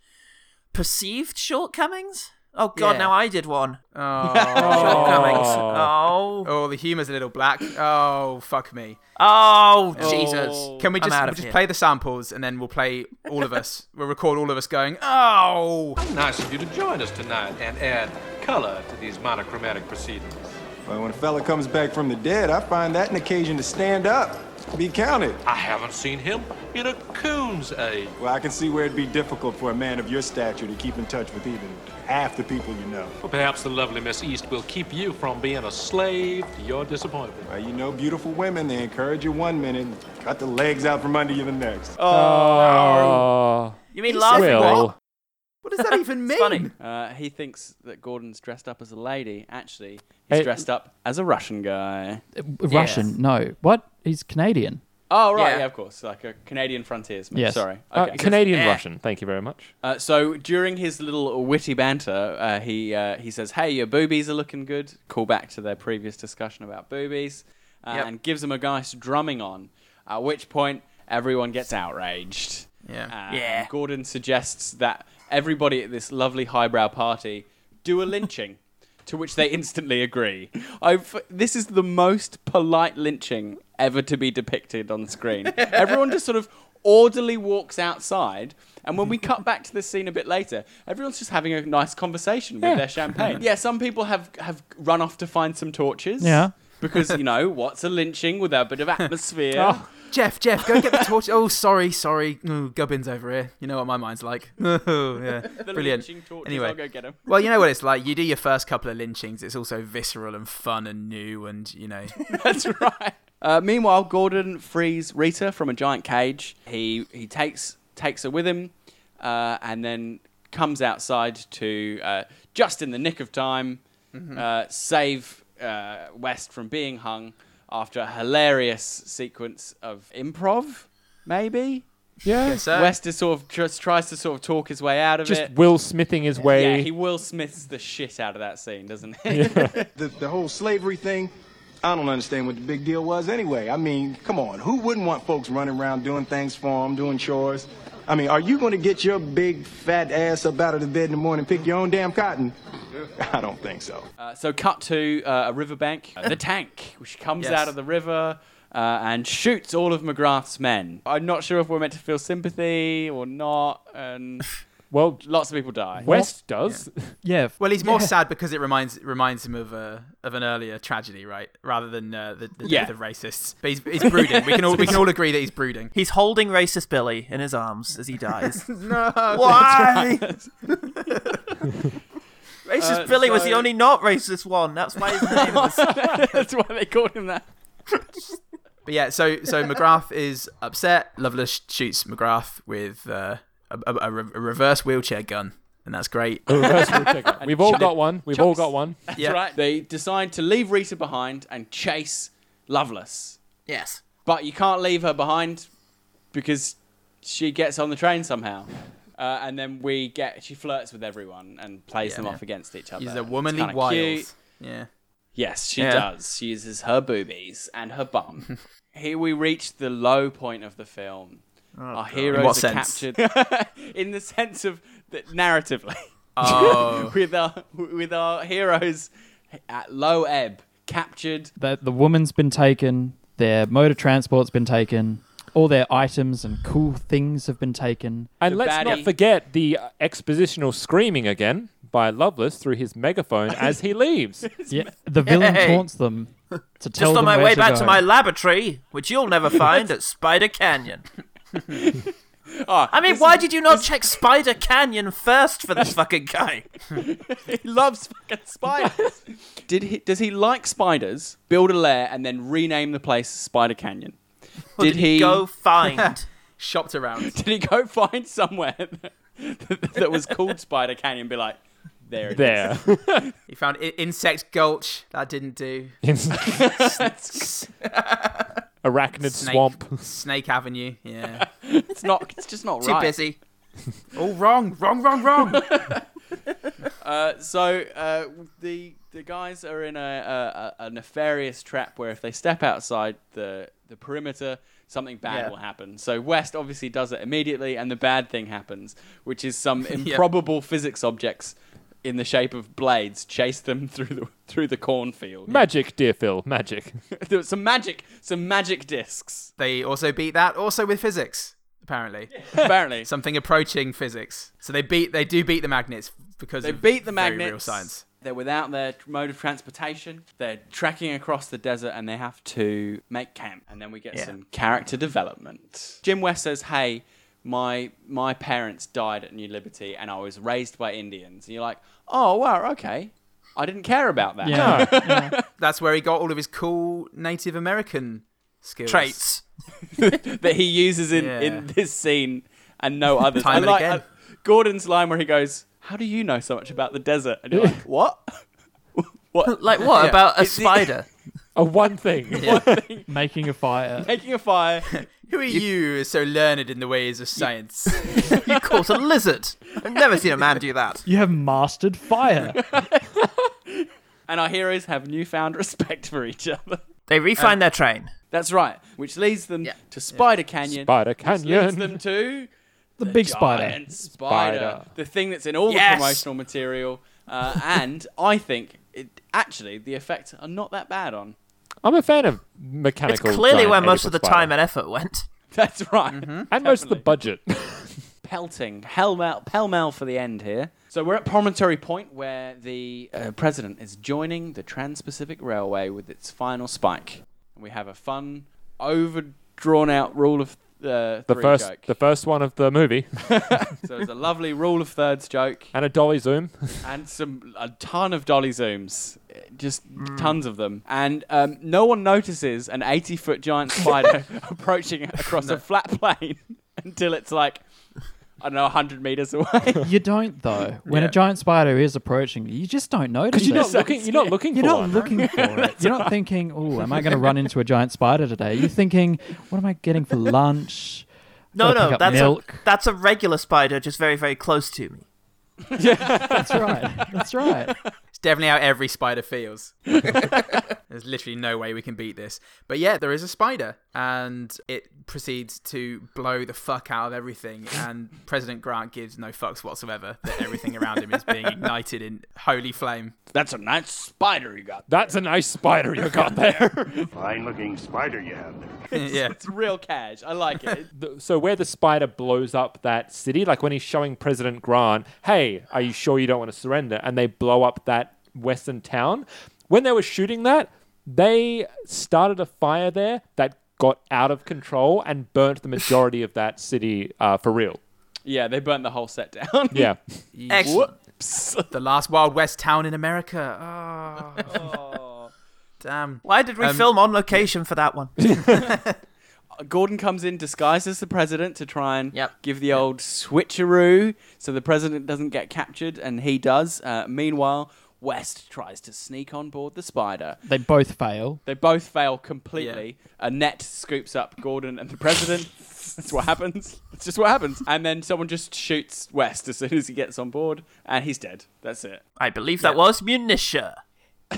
Speaker 2: perceived shortcomings. Oh god,
Speaker 6: Yeah.
Speaker 2: now I did one.
Speaker 6: oh,
Speaker 2: Shortcomings. Oh.
Speaker 6: oh, the humour's a little black. Oh, fuck me.
Speaker 2: Oh, Jesus.
Speaker 6: Can we
Speaker 2: I'm
Speaker 6: just,
Speaker 2: out
Speaker 6: we'll
Speaker 2: of
Speaker 6: just
Speaker 2: here.
Speaker 6: play the samples and then we'll play all of us. we'll record all of us going, oh.
Speaker 8: Nice of you to join us tonight and add color to these monochromatic proceedings.
Speaker 9: Well, when a fella comes back from the dead, I find that an occasion to stand up, be counted.
Speaker 8: I haven't seen him in a coon's age.
Speaker 9: Well, I can see where it'd be difficult for a man of your stature to keep in touch with even half the people you know.
Speaker 8: Well, perhaps the lovely Miss East will keep you from being a slave to your disappointment.
Speaker 9: Well, you know, beautiful women, they encourage you one minute, cut the legs out from under you the next.
Speaker 4: oh, uh,
Speaker 2: You mean
Speaker 4: Will.
Speaker 2: laughing?
Speaker 6: What does that even mean?
Speaker 2: Funny.
Speaker 3: Uh, he thinks that Gordon's dressed up as a lady. Actually, he's
Speaker 4: Hey-
Speaker 3: dressed up as a Russian guy.
Speaker 5: Russian? No. What? He's Canadian.
Speaker 3: Oh right, yeah,
Speaker 2: Yeah.
Speaker 3: of course, like a Canadian frontiersman.
Speaker 5: Yes.
Speaker 3: Sorry,
Speaker 4: Uh,
Speaker 3: okay.
Speaker 4: Canadian Russian. Thank you very much.
Speaker 3: Uh, so during his little witty banter, uh, he uh, he says, "Hey, your boobies are looking good." Call back to their previous discussion about boobies, uh,
Speaker 6: Yep.
Speaker 3: and gives them a nice drumming on. At which point, everyone gets outraged.
Speaker 6: Yeah.
Speaker 3: Uh,
Speaker 2: Yeah.
Speaker 3: and Gordon suggests that everybody at this lovely highbrow party do a lynching, to which they instantly agree. I've, this is the most polite lynching ever to be depicted on screen. Everyone just sort of orderly walks outside. And when we cut back to this scene a bit later, everyone's just having a nice conversation with their champagne. Yeah, some people have, have run off to find some torches.
Speaker 5: Yeah.
Speaker 3: Because, you know, what's a lynching without a bit of atmosphere?
Speaker 6: Jeff, Jeff, go get the torch. Oh, sorry, sorry. Ooh, Gubbins over here. You know what my mind's like. Ooh, yeah.
Speaker 3: The
Speaker 6: Brilliant.
Speaker 3: lynching torches,
Speaker 6: Anyway.
Speaker 3: I'll go get 'em.
Speaker 6: Well, you know what it's like. You do your first couple of lynchings. It's also visceral and fun and new, and you know.
Speaker 3: That's right. Uh, meanwhile, Gordon frees Rita from a giant cage. He he takes takes her with him, uh, and then comes outside to uh, just in the nick of time
Speaker 4: Mm-hmm.
Speaker 3: uh, save uh, West from being hung after a hilarious sequence of improv. Maybe
Speaker 4: Yeah.
Speaker 6: Yes, sir.
Speaker 3: West is sort of just tries to sort of talk his way out of
Speaker 4: Just
Speaker 3: it.
Speaker 4: Will Smithing his way.
Speaker 3: Eh. Yeah, he Will Smiths the shit out of that scene, doesn't he?
Speaker 9: The, the whole slavery thing, I don't understand what the big deal was anyway. I mean, come on, who wouldn't want folks running around doing things for them, doing chores? I mean, are you going to get your big fat ass up out of the bed in the morning and pick your own damn cotton? I don't think so.
Speaker 3: Uh, so cut to uh, a riverbank. Uh, The tank, which comes
Speaker 6: Yes.
Speaker 3: out of the river uh, and shoots all of McGrath's men. I'm not sure if we're meant to feel sympathy or not, and
Speaker 4: well,
Speaker 3: lots of people die.
Speaker 4: West does.
Speaker 5: Yeah.
Speaker 6: Well, he's more sad because it reminds reminds him of uh, of an earlier tragedy, right? Rather than uh, the, the
Speaker 3: Yeah.
Speaker 6: death of racists. But he's, he's brooding. We can all we can all agree that he's brooding.
Speaker 2: He's holding racist Billy in his arms as he dies.
Speaker 6: No.
Speaker 2: Why? racist
Speaker 3: Uh,
Speaker 2: Billy was
Speaker 3: so-
Speaker 2: the only not racist one. That's why his name was.
Speaker 3: That's why they called him that.
Speaker 6: But yeah, so so McGrath is upset. Loveless shoots McGrath with uh, a, a, a re- a reverse wheelchair gun, and that's great.
Speaker 4: Reverse rule checker. We've all got one. We've all got one.
Speaker 6: Yeah.
Speaker 3: Right. They decide to leave Rita behind and chase Lovelace.
Speaker 2: yes.
Speaker 3: But you can't leave her behind because she gets on the train somehow. Uh, and then we get she flirts with everyone and plays
Speaker 6: Yeah,
Speaker 3: them
Speaker 6: yeah.
Speaker 3: off against each other.
Speaker 6: He's
Speaker 3: It's
Speaker 6: a womanly
Speaker 3: kinda
Speaker 6: wild.
Speaker 3: cute.
Speaker 6: Yeah.
Speaker 3: Yes, she
Speaker 2: Yeah.
Speaker 3: does. She uses her boobies and her bum. Here we reach the low point of the film. Our heroes
Speaker 6: In what
Speaker 3: are
Speaker 6: sense?
Speaker 3: captured in the sense of that narratively.
Speaker 6: Oh.
Speaker 3: with our with our heroes at low ebb, captured.
Speaker 5: The, the woman's been taken. Their mode of transport's been taken. All their items and cool things have been taken.
Speaker 4: And
Speaker 3: The
Speaker 4: let's not
Speaker 3: baddie.
Speaker 4: forget the uh, expositional screaming again by Lovelace through his megaphone as he leaves.
Speaker 5: Yeah, the villain
Speaker 2: Yay.
Speaker 5: taunts them to tell
Speaker 2: Just
Speaker 5: them
Speaker 2: on my
Speaker 5: where
Speaker 2: way back
Speaker 5: go.
Speaker 2: to my laboratory, which you'll never find at Spider Canyon. I mean, why did you not check Spider Canyon first for this fucking guy?
Speaker 3: He loves fucking spiders. Did he? Does he like spiders? Build a lair and then rename the place Spider Canyon.
Speaker 2: What did he go find?
Speaker 6: Shopped around.
Speaker 3: Did he go find somewhere that, that was called Spider Canyon? and Be like, there, it is.
Speaker 4: there.
Speaker 6: He found I- insect gulch. That didn't do.
Speaker 4: Arachnid
Speaker 6: Snake.
Speaker 4: swamp.
Speaker 6: Snake Avenue. Yeah.
Speaker 3: It's not. It's just not
Speaker 6: Too
Speaker 3: right.
Speaker 6: busy. All wrong. Wrong. Wrong. Wrong.
Speaker 3: Uh, so uh, the the guys are in a, a a nefarious trap where if they step outside the the perimeter, something bad
Speaker 6: Yeah.
Speaker 3: will happen. So West obviously does it immediately, and the bad thing happens, which is some improbable physics objects in the shape of blades chase them through the through the cornfield.
Speaker 4: Magic, dear Phil. Magic.
Speaker 3: There was some magic, some magic discs.
Speaker 6: they also beat that. Also with physics. Apparently,
Speaker 3: Apparently,
Speaker 6: something approaching physics. So they beat. They do beat the magnets because
Speaker 3: They
Speaker 6: of
Speaker 3: beat the
Speaker 6: very
Speaker 3: magnets.
Speaker 6: Real science.
Speaker 3: They're without their mode of transportation. They're trekking across the desert and they have to make camp. And then we get
Speaker 6: Yeah.
Speaker 3: some character development. Jim West says, "Hey, my my parents died at New Liberty and I was raised by Indians." And you're like, "Oh, wow, okay. I didn't care about that."
Speaker 5: Yeah.
Speaker 6: That's where he got all of his cool Native American skills.
Speaker 2: Traits.
Speaker 3: that he uses in,
Speaker 6: Yeah.
Speaker 3: in this scene and no others.
Speaker 6: Time
Speaker 3: I
Speaker 6: and
Speaker 3: like
Speaker 6: again.
Speaker 3: uh, Gordon's line where he goes, "How do you know so much about the desert?" And you're like, "What?" what?
Speaker 2: Like what
Speaker 6: Yeah.
Speaker 2: about a spider?
Speaker 4: A one thing.
Speaker 5: Making a fire.
Speaker 3: Making a fire,
Speaker 6: Who are you, so learned in the ways of science?
Speaker 2: you caught a lizard. I've never seen a man do that.
Speaker 5: You have mastered fire.
Speaker 3: and our heroes have newfound respect for each other.
Speaker 2: They refind their train.
Speaker 3: That's right, which leads them to Spider Canyon.
Speaker 4: Spider
Speaker 3: Which leads
Speaker 4: Canyon.
Speaker 3: them to
Speaker 5: The big spider.
Speaker 3: Giant spider,
Speaker 4: Spider.
Speaker 3: the thing that's in all
Speaker 2: Yes!
Speaker 3: the promotional material, uh, and I think it, actually the effects are not that bad on.
Speaker 4: I'm a fan of
Speaker 2: It's
Speaker 4: mechanical.
Speaker 2: clearly
Speaker 4: giant
Speaker 2: where most of the
Speaker 4: edible
Speaker 2: time
Speaker 4: spider.
Speaker 2: and effort went.
Speaker 3: That's right,
Speaker 5: Mm-hmm.
Speaker 4: and most of the budget.
Speaker 3: pelting pell mell pell mell for the end here. So we're at Promontory Point where the uh, president is joining the Trans-Pacific Railway with its final spike, and we have a fun, overdrawn-out rule of uh,
Speaker 4: the
Speaker 3: three
Speaker 4: first,
Speaker 3: joke.
Speaker 4: the first one of the movie,
Speaker 3: So it's a lovely rule of thirds joke.
Speaker 4: and a dolly zoom.
Speaker 3: and some a ton of dolly zooms, just
Speaker 4: Mm.
Speaker 3: tons of them, and um, no one notices an eighty-foot giant spider approaching across a flat plain until it's like I don't know, hundred meters away.
Speaker 5: You don't though. When
Speaker 6: Yeah.
Speaker 5: a giant spider is approaching you, you just don't notice.
Speaker 4: Because you're
Speaker 5: it.
Speaker 4: not looking. You're not looking
Speaker 5: You're
Speaker 4: for
Speaker 5: not
Speaker 4: one.
Speaker 5: looking for it. You're not thinking, "Oh, am I going to run into a giant spider today?" You're thinking, "What am I getting for lunch?
Speaker 2: No,
Speaker 5: Gotta pick
Speaker 2: no,
Speaker 5: up
Speaker 2: that's
Speaker 5: milk.
Speaker 2: a that's a regular spider, just very, very close to me.
Speaker 5: That's right. That's right.
Speaker 6: It's definitely how every spider feels. There's literally no way we can beat this. But yeah, there is a spider, and it proceeds to blow the fuck out of everything. And President Grant gives no fucks whatsoever that everything around him is being ignited in holy flame.
Speaker 3: That's a nice spider you got.
Speaker 4: That's a nice spider you got there.
Speaker 10: Fine looking spider you have there.
Speaker 6: yeah.
Speaker 3: It's real cash. I like it.
Speaker 4: The- so where the spider blows up that city, like when he's showing President Grant, "Hey, are you sure you don't want to surrender?" and they blow up that western town. When they were shooting that, they started a fire there that got out of control and burnt the majority of that city uh, for real.
Speaker 3: yeah, they burnt the whole set down.
Speaker 4: Yeah.
Speaker 6: Excellent. The last Wild West town in America. Oh. Damn.
Speaker 2: Why did we film on location for that one?
Speaker 3: Gordon comes in disguised as the president to try and
Speaker 2: Yep.
Speaker 3: give the old switcheroo so the president doesn't get captured, and he does. Uh, meanwhile, West tries to sneak on board the spider.
Speaker 5: They both fail.
Speaker 3: They both fail completely. A net scoops up Gordon and the president. That's what happens. It's just what happens. And then someone just shoots West as soon as he gets on board, and he's dead. That's it.
Speaker 2: I believe that was Munitia.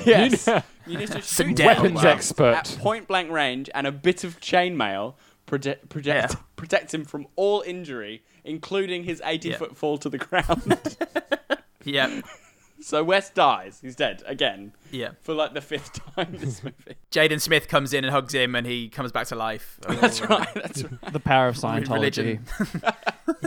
Speaker 3: Yes. Munitions
Speaker 2: Some
Speaker 3: shoots
Speaker 2: dead
Speaker 3: him
Speaker 4: Weapons expert.
Speaker 3: At point blank range and a bit of chainmail protect, protect,
Speaker 2: Yeah.
Speaker 3: protect him from all injury, including his 80
Speaker 6: Yeah.
Speaker 3: foot fall to the ground.
Speaker 6: Yep.
Speaker 3: so West dies. He's dead again
Speaker 6: Yeah.
Speaker 3: for like the fifth time this movie.
Speaker 6: Jaden Smith comes in and hugs him, and he comes back to life. Oh.
Speaker 3: That's right. That's right.
Speaker 5: The power of
Speaker 6: Re-
Speaker 5: Scientology.
Speaker 6: religion.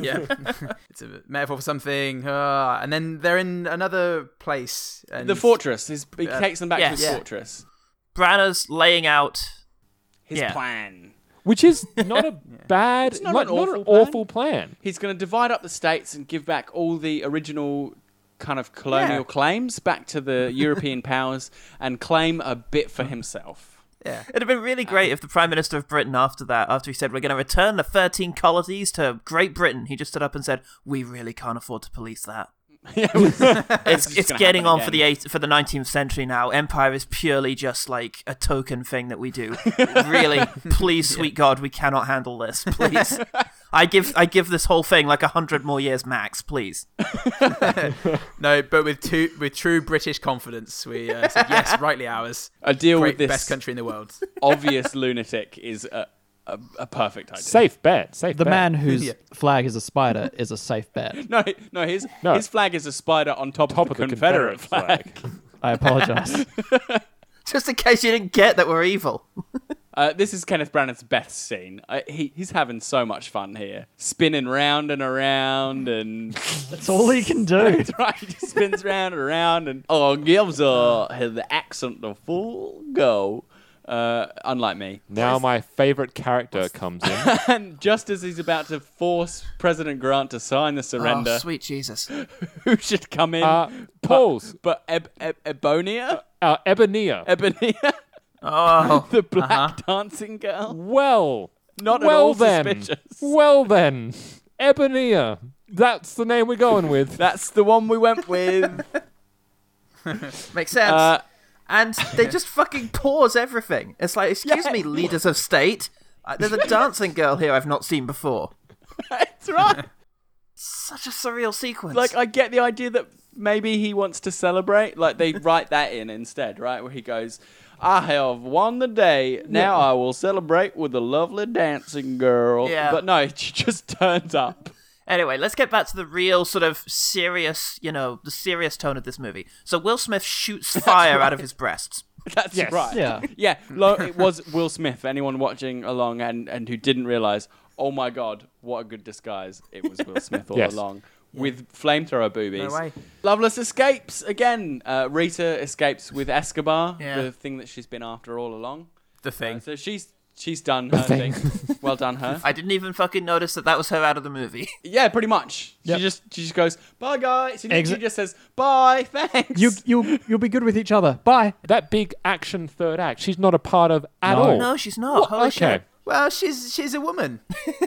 Speaker 6: yeah, it's a metaphor for something. Ah, and then they're in another place. And
Speaker 3: The fortress. His, he takes them back
Speaker 2: yes.
Speaker 3: to the
Speaker 2: Yeah.
Speaker 3: fortress.
Speaker 2: Branagh's laying out.
Speaker 3: His
Speaker 2: Yeah.
Speaker 3: plan.
Speaker 4: Which is not a bad,
Speaker 3: not
Speaker 4: not,
Speaker 3: an
Speaker 4: not an
Speaker 3: awful plan.
Speaker 4: awful plan.
Speaker 3: He's going to divide up the states and give back all the original kind of colonial
Speaker 6: Yeah.
Speaker 3: claims back to the European powers and claim a bit for himself.
Speaker 2: It'd have been really great if the Prime Minister of Britain, after that, after he said, We're going to return the 13 colonies to Great Britain, he just stood up and said, We really can't afford to police that. it's it's
Speaker 3: gonna
Speaker 2: getting
Speaker 3: happen
Speaker 2: on for the eight, for the 19th century now. Empire is purely just like a token thing that we do. really, please, sweet God, we cannot handle this. Please, I give I give this whole thing like a hundred more years max. Please,
Speaker 6: no, but with two, with true British confidence, we uh, said yes, rightly ours.
Speaker 3: A deal
Speaker 6: Great,
Speaker 3: with this
Speaker 6: best country in the world.
Speaker 3: obvious lunatic is a, a, a perfect idea.
Speaker 4: Safe bet. Safe
Speaker 5: The
Speaker 4: bet.
Speaker 5: man whose
Speaker 6: Yeah.
Speaker 5: flag is a spider is a safe bet.
Speaker 3: No, no, his
Speaker 4: No.
Speaker 3: his flag is a spider on top,
Speaker 4: Top
Speaker 3: of the Confederate, flag.
Speaker 5: I apologize.
Speaker 2: just in case you didn't get that we're evil.
Speaker 3: Uh, this is Kenneth Branagh's best scene. I, he he's having so much fun here, spinning round and around, and
Speaker 5: That's all he can do.
Speaker 3: right, he just spins round and around, and oh, gives uh, the accent the full go. Uh, unlike me,
Speaker 4: Now my favorite character comes in.
Speaker 3: and just as he's about to force President Grant to sign the surrender,
Speaker 2: Oh, sweet Jesus!
Speaker 3: who should come in?
Speaker 4: Uh, Paul's
Speaker 3: but Eb- Eb- Ebonia,
Speaker 4: uh, Ebonier.
Speaker 3: Ebonia.
Speaker 2: Oh,
Speaker 3: the black dancing girl.
Speaker 4: Well,
Speaker 3: Not at
Speaker 4: well
Speaker 3: all
Speaker 4: then.
Speaker 3: suspicious.
Speaker 4: Well then, Ebonier. That's the name we're going with.
Speaker 3: That's the one we went with.
Speaker 2: makes sense.
Speaker 3: Uh,
Speaker 2: and they just fucking pause everything. It's like, excuse me, leaders of state. Uh, There's a dancing girl here I've not seen before.
Speaker 3: that's right.
Speaker 2: Such a surreal sequence.
Speaker 3: Like I get the idea that maybe he wants to celebrate. Like they write that in instead, right? Where he goes, "I have won the day. Now I will celebrate with the lovely dancing girl."
Speaker 2: Yeah.
Speaker 3: But no, she just turns up.
Speaker 2: Anyway, let's get back to the real sort of serious, you know, the serious tone of this movie. So Will Smith shoots fire out of his breasts.
Speaker 3: That's
Speaker 4: Yes.
Speaker 3: right.
Speaker 5: Yeah.
Speaker 3: Yeah. Lo- it was Will Smith. Anyone watching along and and who didn't realize, oh my god, what a good disguise! It was Will Smith all
Speaker 4: Yes.
Speaker 3: along. With flamethrower boobies.
Speaker 6: No way.
Speaker 3: Lovelace escapes again. Uh, Rita escapes with Escobar,
Speaker 2: Yeah.
Speaker 3: the thing that she's been after all along.
Speaker 6: The thing.
Speaker 3: So she's she's done her thing.
Speaker 4: thing.
Speaker 3: well done, her.
Speaker 2: I didn't even fucking notice that that was her out of the movie.
Speaker 3: Yeah, pretty much.
Speaker 5: Yep.
Speaker 3: She just she just goes bye, guys. She,
Speaker 5: Exa-
Speaker 3: she just says bye, thanks.
Speaker 5: You you you'll be good with each other. Bye.
Speaker 4: That big action third act. She's not a part of at
Speaker 5: No.
Speaker 4: all.
Speaker 2: No, she's not. Holy
Speaker 4: Oh. okay.
Speaker 2: shit.
Speaker 6: Well, she's she's a woman.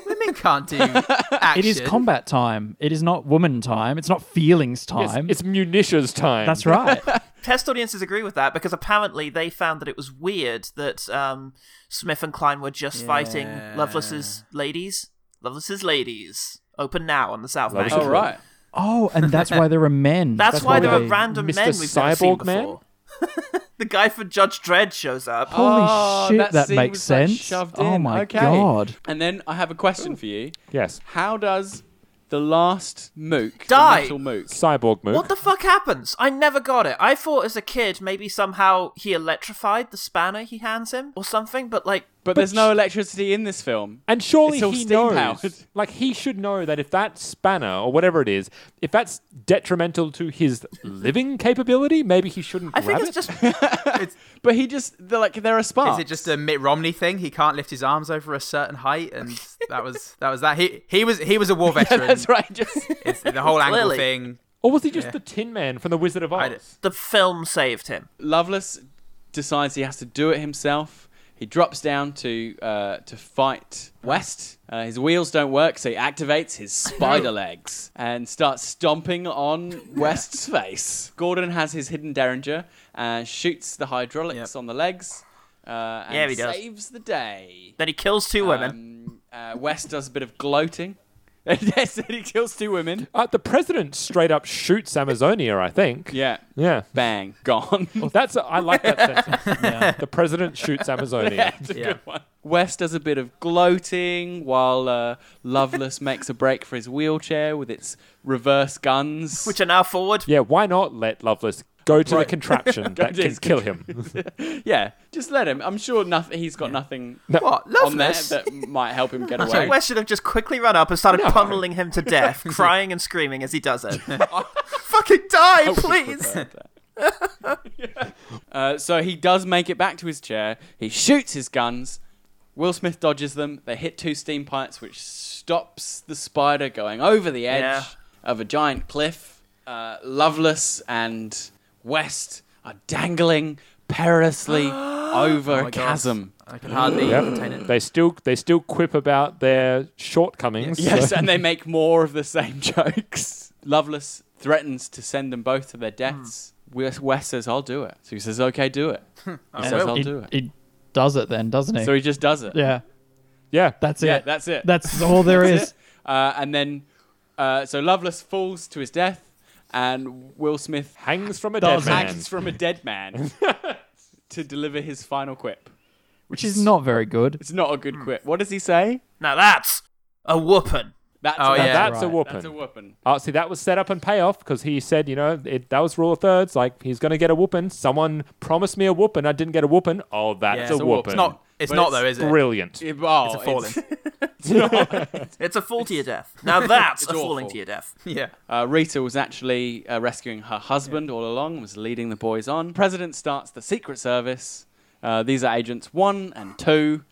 Speaker 6: Women can't do action.
Speaker 5: It is combat time. It is not woman time. It's not feelings
Speaker 4: It's,
Speaker 5: time.
Speaker 4: it's Munisha's time.
Speaker 5: That's right.
Speaker 2: Test audiences agree with that because apparently they found that it was weird that um, Smith and Klein were just fighting Lovelace's ladies. Lovelace's Ladies. Open now on the South Bank.
Speaker 4: Lovelace's Oh, right.
Speaker 3: Right.
Speaker 5: Oh, and that's why there are men.
Speaker 2: That's, why, there are
Speaker 5: they-
Speaker 2: random
Speaker 4: Mr.
Speaker 2: men we've never seen
Speaker 4: Cyborg Man?
Speaker 2: before. the guy for Judge Dredd shows up.
Speaker 5: Holy
Speaker 3: Oh,
Speaker 5: shit,
Speaker 3: that
Speaker 5: that,
Speaker 3: scene
Speaker 5: makes
Speaker 3: was, like,
Speaker 5: sense.
Speaker 3: shoved
Speaker 5: oh
Speaker 3: in.
Speaker 5: my
Speaker 3: Okay.
Speaker 5: god.
Speaker 3: And then I have a question for you.
Speaker 4: Yes.
Speaker 3: How does the last mook
Speaker 2: Die.
Speaker 3: The metal mook.
Speaker 4: Cyborg Mook.
Speaker 2: What the fuck happens? I never got it. I thought as a kid maybe somehow he electrified the spanner he hands him or something, but like
Speaker 3: But, there's no electricity in this film.
Speaker 4: And surely
Speaker 3: It's all
Speaker 4: he
Speaker 3: steam
Speaker 4: knows.
Speaker 3: powered.
Speaker 4: Like he should know that if that spanner or whatever it is, if that's detrimental to his living capability, maybe he shouldn't
Speaker 2: I
Speaker 4: grab
Speaker 2: think
Speaker 4: it.
Speaker 2: it's just
Speaker 3: But he just they're like they're a spark.
Speaker 6: Is it just a Mitt Romney thing? He can't lift his arms over a certain height, and that was that was that. He he was he was a war veteran.
Speaker 3: That's right. Just
Speaker 6: It's the whole angle
Speaker 2: Clearly.
Speaker 6: thing.
Speaker 4: or was he just the Tin Man from the Wizard of
Speaker 6: I d-
Speaker 4: Oz?
Speaker 2: the film saved him.
Speaker 3: Lovelace decides he has to do it himself. He drops down to uh, to fight West. Uh, his wheels don't work, so he activates his spider legs and starts stomping on West's face. Gordon has his hidden derringer and shoots the hydraulics
Speaker 6: Yep.
Speaker 3: on the legs. Uh, and
Speaker 2: Yeah, he does.
Speaker 3: saves the day.
Speaker 2: Then he kills two women.
Speaker 3: Um, uh, West does a bit of gloating. Yes, he kills two women.
Speaker 4: Uh, the president straight up shoots Amazonia. I think.
Speaker 3: Yeah.
Speaker 4: Yeah.
Speaker 3: Bang. Gone.
Speaker 4: That's a, I like that sentence. The president shoots Amazonia.
Speaker 6: Yeah.
Speaker 3: West does a bit of gloating while uh, Lovelace makes a break for his wheelchair with its reverse guns.
Speaker 2: Which are now forward.
Speaker 4: yeah. Why not let Lovelace go to the
Speaker 3: Right.
Speaker 4: contraption that
Speaker 3: to
Speaker 4: can
Speaker 3: his
Speaker 4: kill him?
Speaker 3: yeah, just let him. I'm sure nothing. He's got nothing
Speaker 6: What?
Speaker 3: on there
Speaker 6: Loveless.
Speaker 3: that might help him get
Speaker 2: So
Speaker 3: away.
Speaker 2: West should have just quickly run up and started pummeling him to death, crying and screaming as he does it.
Speaker 3: Oh.
Speaker 2: Fucking die, please!
Speaker 3: Uh, so he does make it back to his chair. He shoots his guns. Will Smith dodges them. They hit two steam pipes, which stops the spider going over the edge
Speaker 2: Yeah.
Speaker 3: of a giant cliff. Uh, Lovelace and West are dangling perilously over a
Speaker 6: Oh my God.
Speaker 3: chasm.
Speaker 6: I can hardly contain it.
Speaker 4: they still they still quip about their shortcomings.
Speaker 3: Yes,
Speaker 4: so-
Speaker 3: and they make more of the same jokes. Lovelace threatens to send them both to their
Speaker 6: Hmm.
Speaker 3: deaths. Wes West says, "I'll do it." So he says, "Okay, do it."
Speaker 6: Oh,
Speaker 3: He says,
Speaker 6: will.
Speaker 3: "I'll
Speaker 5: He,
Speaker 3: do it."
Speaker 5: he does it then, doesn't he?
Speaker 3: So he just does it.
Speaker 5: yeah,
Speaker 4: yeah.
Speaker 5: that's
Speaker 3: Yeah,
Speaker 5: it.
Speaker 3: that's it.
Speaker 5: That's all there
Speaker 3: That's
Speaker 5: is.
Speaker 3: it. Uh, and then, uh, so Lovelace falls to his death, and Will Smith
Speaker 4: hangs from a dead
Speaker 5: Does
Speaker 4: man.
Speaker 3: hangs from a dead man to deliver his final quip.
Speaker 5: Which is not very good.
Speaker 3: It's not a
Speaker 6: Hmm.
Speaker 3: good quip. What does he say?
Speaker 2: Now that's a whoopin'.
Speaker 3: That's
Speaker 6: Oh,
Speaker 3: a,
Speaker 6: yeah.
Speaker 4: That's a
Speaker 5: Right.
Speaker 4: whooping.
Speaker 3: That's a whooping.
Speaker 4: Oh, see, that was set up and payoff because he said, you know, it, that was rule of thirds. Like, he's going to get a whooping. Someone promised me a whooping. I didn't get a whooping. Oh, that's
Speaker 6: Yeah.
Speaker 4: a whooping.
Speaker 6: It's not. It's
Speaker 3: But
Speaker 6: not
Speaker 3: it's
Speaker 6: though, is it?
Speaker 4: Brilliant.
Speaker 3: It- oh,
Speaker 6: It's a falling.
Speaker 2: It's a fall to your death. Now that's a
Speaker 3: awful.
Speaker 2: falling to your death.
Speaker 6: yeah.
Speaker 3: Uh, Rita was actually uh, rescuing her husband all along, was leading the boys on. President starts the Secret Service. Uh, these are agents one and two.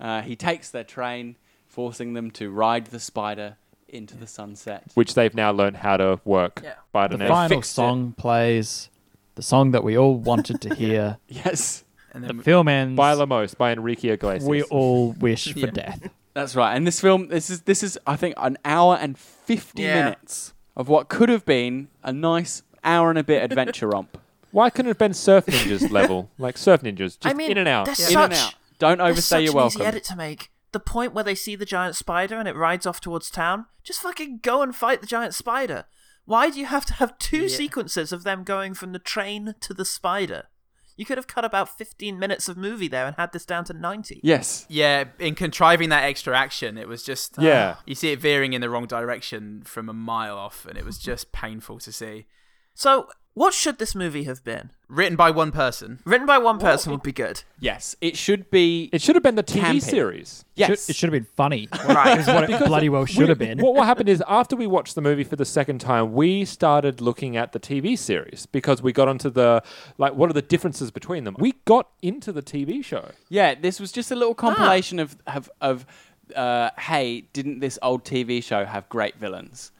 Speaker 3: Uh, he takes their train, forcing them to ride the spider into the sunset.
Speaker 4: Which they've now learned how to work.
Speaker 2: Yeah.
Speaker 4: By the
Speaker 5: The final
Speaker 3: fixed it.
Speaker 5: song plays the song that we all wanted to hear.
Speaker 3: Yes,
Speaker 6: And then
Speaker 5: Film ends.
Speaker 4: By Lamos, by Enrique Iglesias.
Speaker 5: we all wish for death.
Speaker 3: that's right. And this film, this is this is I think an hour and fifty
Speaker 2: Yeah.
Speaker 3: minutes of what could have been a nice hour and a bit adventure romp.
Speaker 4: Why couldn't it have been Surf Ninjas level? Like, Surf Ninjas, just
Speaker 2: I mean,
Speaker 4: in and out.
Speaker 2: There's
Speaker 3: In
Speaker 2: such,
Speaker 3: and out. Don't
Speaker 2: there's
Speaker 3: overstay
Speaker 2: such
Speaker 3: your
Speaker 2: an
Speaker 3: welcome.
Speaker 2: easy edit to make. The point where they see the giant spider and it rides off towards town, just fucking go and fight the giant spider. Why do you have to have two sequences of them going from the train to the spider? You could have cut about 15 minutes of movie there and had this down to 90.
Speaker 3: Yes.
Speaker 6: yeah, in contriving that extra action, it was just uh,
Speaker 4: Yeah.
Speaker 6: You see it veering in the wrong direction from a mile off, and it was just painful to see.
Speaker 2: So, what should this movie have been?
Speaker 6: Written by one person.
Speaker 2: Written by one person would be good.
Speaker 3: Yes. It should be.
Speaker 4: It should have been the TV
Speaker 3: Camping.
Speaker 4: series.
Speaker 3: yes.
Speaker 5: It should have been funny.
Speaker 2: Right.
Speaker 5: What it bloody well should have
Speaker 4: we-
Speaker 5: been.
Speaker 4: What, what happened is after we watched the movie for the second time, we started looking at the TV series because we got onto the like what are the differences between them. We got into the TV show.
Speaker 3: Yeah, this was just a little compilation of of, of uh, hey, didn't this old TV show have great villains?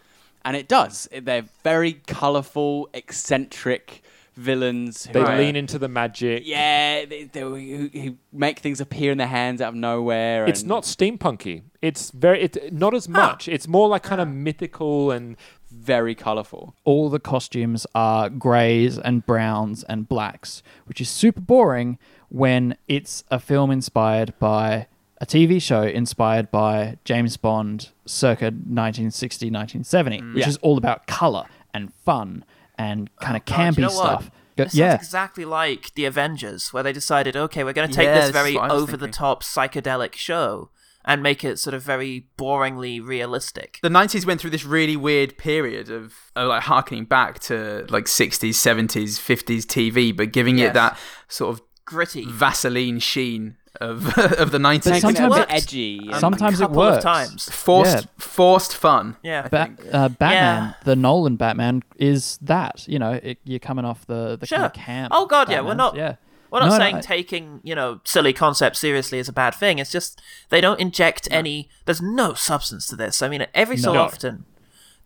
Speaker 3: And it does. They're very colourful, eccentric villains. Who
Speaker 4: They
Speaker 3: are-
Speaker 4: lean into the magic.
Speaker 3: Yeah, they, they, who, who make things appear in their hands out of nowhere.
Speaker 4: It's
Speaker 3: and-
Speaker 4: not steampunky. It's very it's not as much. It's more like kind of mythical and
Speaker 3: very colourful.
Speaker 5: all the costumes are greys and browns and blacks, which is super boring when it's a film inspired by a TV show inspired by James Bond circa 1960, 1970,
Speaker 2: Mm.
Speaker 5: which
Speaker 3: Yeah.
Speaker 5: is all about color and fun and kind of campy
Speaker 2: Oh, you know what?
Speaker 5: stuff. Go-
Speaker 2: This
Speaker 5: yeah.
Speaker 2: sounds exactly like the Avengers, where they decided, okay, we're going to take
Speaker 6: Yeah,
Speaker 2: this
Speaker 6: that's
Speaker 2: very
Speaker 6: what I was
Speaker 2: over the
Speaker 6: thinking.
Speaker 2: top psychedelic show and make it sort of very boringly realistic.
Speaker 6: the 90s went through this really weird period of, of like harkening back to like 60s 70s 50s tv but giving
Speaker 2: Yes.
Speaker 6: it that sort of
Speaker 2: Gritty.
Speaker 6: vaseline sheen of of the 90s
Speaker 5: But
Speaker 3: Making it a
Speaker 5: sometimes
Speaker 3: bit
Speaker 2: it works.
Speaker 3: edgy. and-
Speaker 5: Sometimes it
Speaker 2: couple of
Speaker 5: works.
Speaker 2: times.
Speaker 6: forced
Speaker 5: Yeah.
Speaker 6: forced fun
Speaker 2: Yeah.
Speaker 5: Ba- uh, Batman, the Nolan Batman, is that you know it, you're coming off the the kind
Speaker 2: Sure.
Speaker 5: of camp.
Speaker 2: Oh, God, yeah, we're
Speaker 5: Batmans,
Speaker 2: not-
Speaker 5: Yeah,
Speaker 2: We're not
Speaker 5: No, no,
Speaker 2: saying
Speaker 5: I-
Speaker 2: taking, you know, silly concepts seriously is a bad thing. It's just they don't inject any there's no substance to this. I mean every so
Speaker 4: No.
Speaker 2: often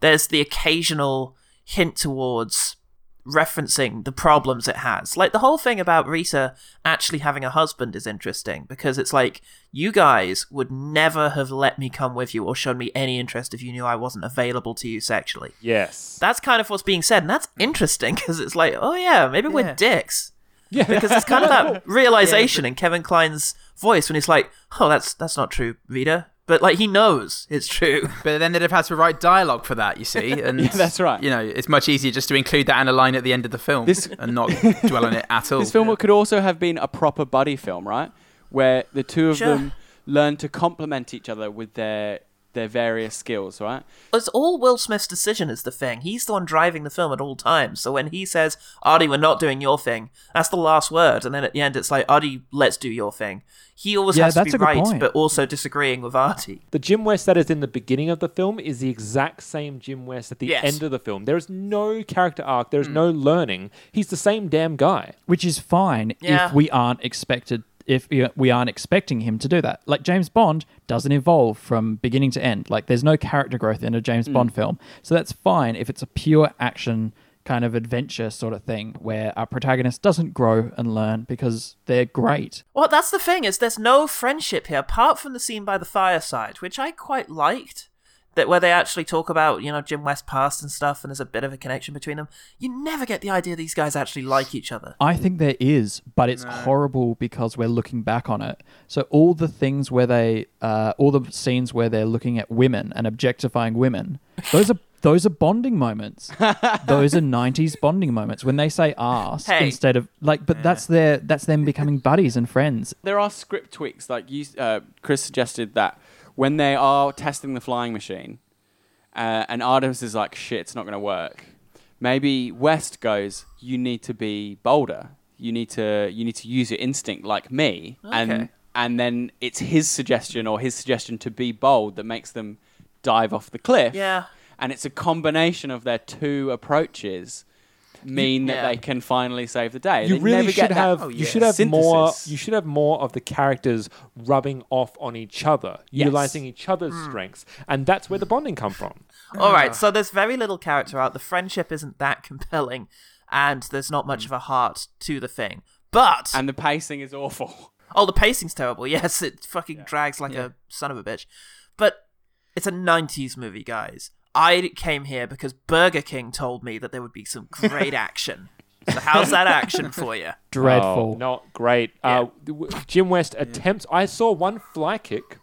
Speaker 2: there's the occasional hint towards referencing the problems it has. Like the whole thing about Rita actually having a husband is interesting because it's like you guys would never have let me come with you or shown me any interest if you knew I wasn't available to you sexually.
Speaker 4: Yes.
Speaker 2: That's kind of what's being said, and that's interesting because it's like, oh yeah, maybe we're
Speaker 6: Yeah.
Speaker 2: dicks. Yeah, because it's kind of that realization in Kevin Klein's voice when he's like, "Oh, that's that's not true, Rita," but like he knows it's true.
Speaker 6: but then they'd have had to write dialogue for that you see and
Speaker 3: that's right.
Speaker 6: you know it's much easier just to include that in a line at the end of the film
Speaker 3: This-
Speaker 6: and not dwell on it at all
Speaker 3: This film could also have been a proper buddy film, right? Where the two of
Speaker 2: Sure.
Speaker 3: them learn to complement each other with their their various skills, right?
Speaker 2: It's all Will Smith's decision is the thing. He's the one driving the film at all times. So when he says, "Artie, we're not doing your thing," that's the last word, and then at the end, it's like, "Artie, let's do your thing." He always
Speaker 5: Yeah,
Speaker 2: has to
Speaker 5: that's
Speaker 2: be
Speaker 5: a good
Speaker 2: right,
Speaker 5: point.
Speaker 2: but also disagreeing with Artie.
Speaker 4: The Jim West that is in the beginning of the film is the exact same Jim West at the
Speaker 2: Yes.
Speaker 4: end of the film. There is no character arc. There is no learning. He's the same damn guy.
Speaker 5: which is fine
Speaker 2: Yeah.
Speaker 5: if we aren't expected if you know, we aren't expecting him to do that like james bond doesn't evolve from beginning to end like there's no character growth in a james bond film so that's fine if it's a pure action kind of adventure sort of thing where our protagonist doesn't grow and learn because they're great
Speaker 2: Well, that's the thing is there's no friendship here apart from the scene by the fireside, which I quite liked. That where they actually talk about you know Jim West past and stuff, and there's a bit of a connection between them. You never get the idea these guys actually like each other.
Speaker 5: I think there is, but it's horrible because we're looking back on it. So all the things where they, uh, all the scenes where they're looking at women and objectifying women, those are those are bonding moments. those are '90s bonding moments when they say "ass"
Speaker 2: Hey.
Speaker 5: instead of like. But that's their that's them becoming buddies and friends.
Speaker 3: There are script tweaks, like you, uh, Chris suggested that when they are testing the flying machine, uh, and Artemis is like, "Shit, it's not going to work." Maybe West goes, "You need to be bolder. You need to you need to use your instinct like me." And
Speaker 2: Okay.
Speaker 3: and then it's his suggestion or his suggestion to be bold that makes them dive off the cliff.
Speaker 2: Yeah.
Speaker 3: And it's a combination of their two approaches mean that
Speaker 2: Yeah.
Speaker 3: they can finally save the day.
Speaker 4: you
Speaker 3: They
Speaker 4: really
Speaker 3: never
Speaker 4: should
Speaker 3: get that-
Speaker 4: have
Speaker 6: Oh,
Speaker 4: you
Speaker 6: yeah.
Speaker 4: should have more
Speaker 3: Synthesis.
Speaker 4: you should have more of the characters rubbing off on each other
Speaker 3: Yes.
Speaker 4: utilizing each other's strengths and that's where the bonding come from
Speaker 2: All right, so there's very little character out. The friendship isn't that compelling, and there's not much of a heart to the thing. But
Speaker 3: and the pacing is awful.
Speaker 2: Oh, the pacing's terrible. Yes, it fucking drags like a son of a bitch. But it's a 90s movie, guys. I came here because Burger King told me that there would be some great action. So how's that action for you?
Speaker 5: Dreadful.
Speaker 4: Oh, not great uh, w- jim west attempts i saw one fly kick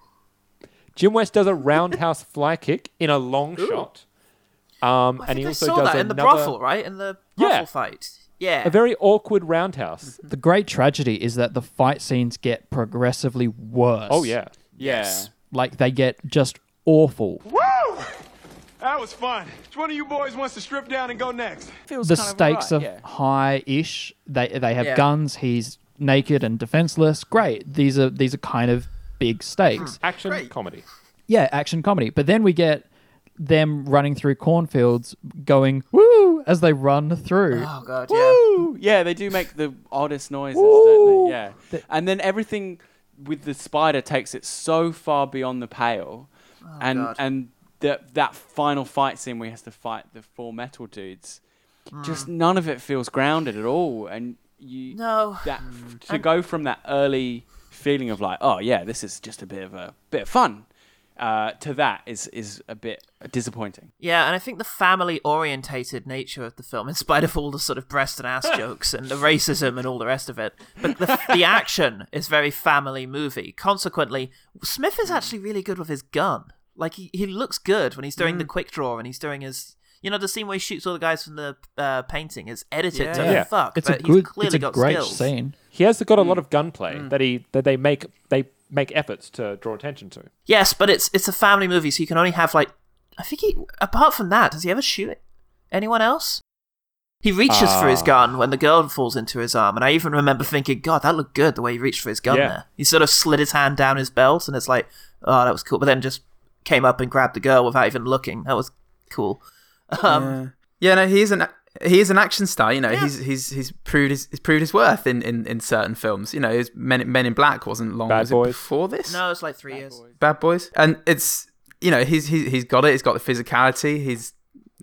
Speaker 4: jim west does a roundhouse fly kick in a long shot um,
Speaker 2: I
Speaker 4: and
Speaker 2: think
Speaker 4: he
Speaker 2: I
Speaker 4: also
Speaker 2: saw
Speaker 4: does
Speaker 2: that
Speaker 4: another,
Speaker 2: in the brothel, right? In the brothel
Speaker 4: Yeah.
Speaker 2: fight. Yeah.
Speaker 4: a very awkward roundhouse
Speaker 2: Mm-hmm.
Speaker 5: The great tragedy is that the fight scenes get progressively worse.
Speaker 4: oh yeah
Speaker 3: Yes.
Speaker 5: like they get just awful.
Speaker 9: Woo! That was fun. Which one of you boys wants to strip down and go next?
Speaker 5: the stakes
Speaker 3: right,
Speaker 5: are
Speaker 3: yeah.
Speaker 5: high-ish. They they have
Speaker 2: Yeah.
Speaker 5: guns. He's naked and defenseless. Great. These are these are kind of big stakes.
Speaker 2: Hmm.
Speaker 4: action comedy
Speaker 5: Yeah, action comedy. But then we get them running through cornfields, going woo as they run through.
Speaker 2: oh, God, yeah.
Speaker 3: Woo! Yeah, they do make the oddest noises, don't they? Yeah. And then everything with the spider takes it so far beyond the pale. and and that that final fight scene where he has to fight the four metal dudes, just none of it feels grounded at all. And you
Speaker 2: No.
Speaker 3: that
Speaker 5: Hmm.
Speaker 3: to go from that early feeling of like, oh yeah, this is just a bit of a bit of fun uh, to that is is a bit disappointing.
Speaker 2: Yeah, and I think the family orientated nature of the film, in spite of all the sort of breast and ass jokes and the racism and all the rest of it, but the, the action is very family movie. Consequently, Smith is actually really good with his gun. Like, he, he looks good when he's doing the quick draw and he's doing his. You know, the scene where he shoots all the guys from the uh, painting is edited to
Speaker 4: Yeah.
Speaker 2: the fuck,
Speaker 5: It's
Speaker 2: but
Speaker 5: a
Speaker 2: he's
Speaker 5: good,
Speaker 2: clearly
Speaker 5: it's a
Speaker 2: got
Speaker 5: great
Speaker 2: skills.
Speaker 5: scene.
Speaker 4: He has got a
Speaker 2: Mm.
Speaker 4: lot of gunplay that he that they make they make efforts to draw attention to.
Speaker 2: Yes, but it's it's a family movie, so you can only have like I think he apart from that, does he ever shoot it? Anyone else? He reaches for his
Speaker 4: Ah.
Speaker 2: gun when the girl falls into his arm, and I even remember thinking, God, that looked good the way he reached for his gun
Speaker 4: Yeah.
Speaker 2: there. He sort of slid his hand down his belt and it's like, Oh, that was cool but then just came up and grabbed the girl without even looking. That was cool. Um
Speaker 6: Yeah, no, he is an he is an action star. You know, he's he's he's proved his he's proved his worth in, in, in certain films. You know, his Men Men in Black wasn't long
Speaker 4: Bad
Speaker 6: was
Speaker 4: Boys.
Speaker 6: it before this.
Speaker 2: No, it's like three years.
Speaker 6: Bad Boys, and it's you know he's he's he's got it. He's got the physicality. He's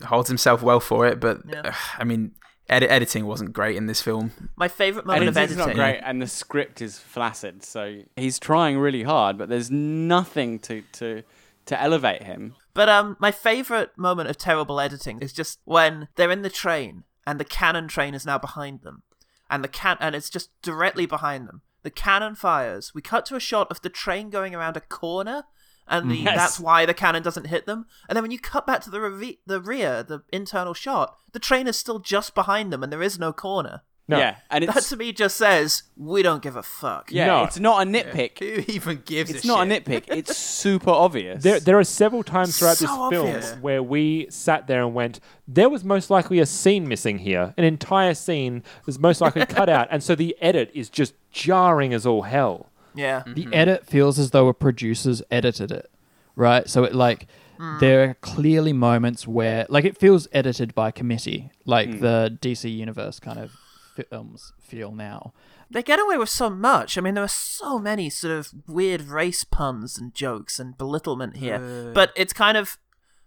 Speaker 6: holds himself well for it. But
Speaker 2: Yeah.
Speaker 6: ugh, I mean, edit, editing wasn't great in this film.
Speaker 2: My favourite
Speaker 3: And
Speaker 2: moment of
Speaker 3: it's
Speaker 2: editing.
Speaker 3: not great, and the script is flaccid. So he's trying really hard, but there's nothing to to to elevate him.
Speaker 2: But um, my favorite moment of terrible editing is just when they're in the train and the cannon train is now behind them, and the can and it's just directly behind them. The cannon fires. We cut to a shot of the train going around a corner, and the,
Speaker 3: Yes.
Speaker 2: that's why the cannon doesn't hit them. And then when you cut back to the reve- the rear, the internal shot, the train is still just behind them, and there is no corner.
Speaker 4: No.
Speaker 3: Yeah, and it's
Speaker 2: That to me just says we don't give a fuck.
Speaker 3: yeah,
Speaker 4: No.
Speaker 3: it's not a nitpick.
Speaker 6: Who even gives?
Speaker 3: It's not a nitpick. It's super obvious.
Speaker 4: There, there are several times throughout this
Speaker 2: So
Speaker 4: film
Speaker 2: obvious.
Speaker 4: where we sat there and went, there was most likely a scene missing here. An entire scene is most likely cut out. And so the edit is just jarring as all hell.
Speaker 2: Yeah.
Speaker 3: Mm.
Speaker 5: The edit feels as though a producer's edited it, right? So it like
Speaker 2: Hmm.
Speaker 5: there are clearly moments where like it feels edited by committee, like
Speaker 2: Hmm.
Speaker 5: the DC universe kind of films feel now.
Speaker 2: they get away with so much. I mean, there are so many sort of weird race puns and jokes and belittlement here, but it's kind of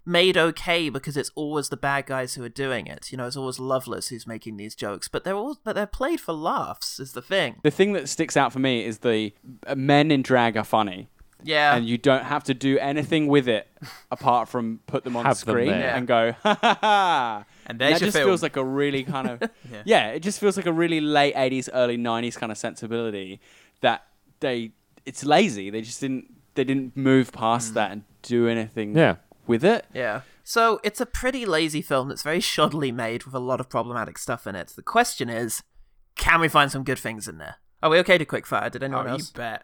Speaker 2: made okay because it's always the bad guys who are doing it. You know, it's always Loveless who's making these jokes, but they're all but they're played for laughs is the thing.
Speaker 3: the thing that sticks out for me is the uh, men in drag are funny.
Speaker 2: Yeah,
Speaker 3: and you don't have to do anything with it apart from put them on
Speaker 4: Have them
Speaker 3: screen
Speaker 4: there.
Speaker 3: and go ha ha ha.
Speaker 6: And there's
Speaker 3: that
Speaker 6: your
Speaker 3: just
Speaker 6: film.
Speaker 3: feels like a really kind of yeah.
Speaker 6: Yeah.
Speaker 3: it just feels like a really late '80s, early '90s kind of sensibility that they it's lazy. They just didn't they didn't move past
Speaker 6: Mm.
Speaker 3: that and do anything
Speaker 4: Yeah.
Speaker 3: with it.
Speaker 2: Yeah. So it's a pretty lazy film that's very shoddily made with a lot of problematic stuff in it. The question is, can we find some good things in there? Are we okay to quickfire? Did anyone
Speaker 6: Oh, you
Speaker 2: else?
Speaker 6: bet.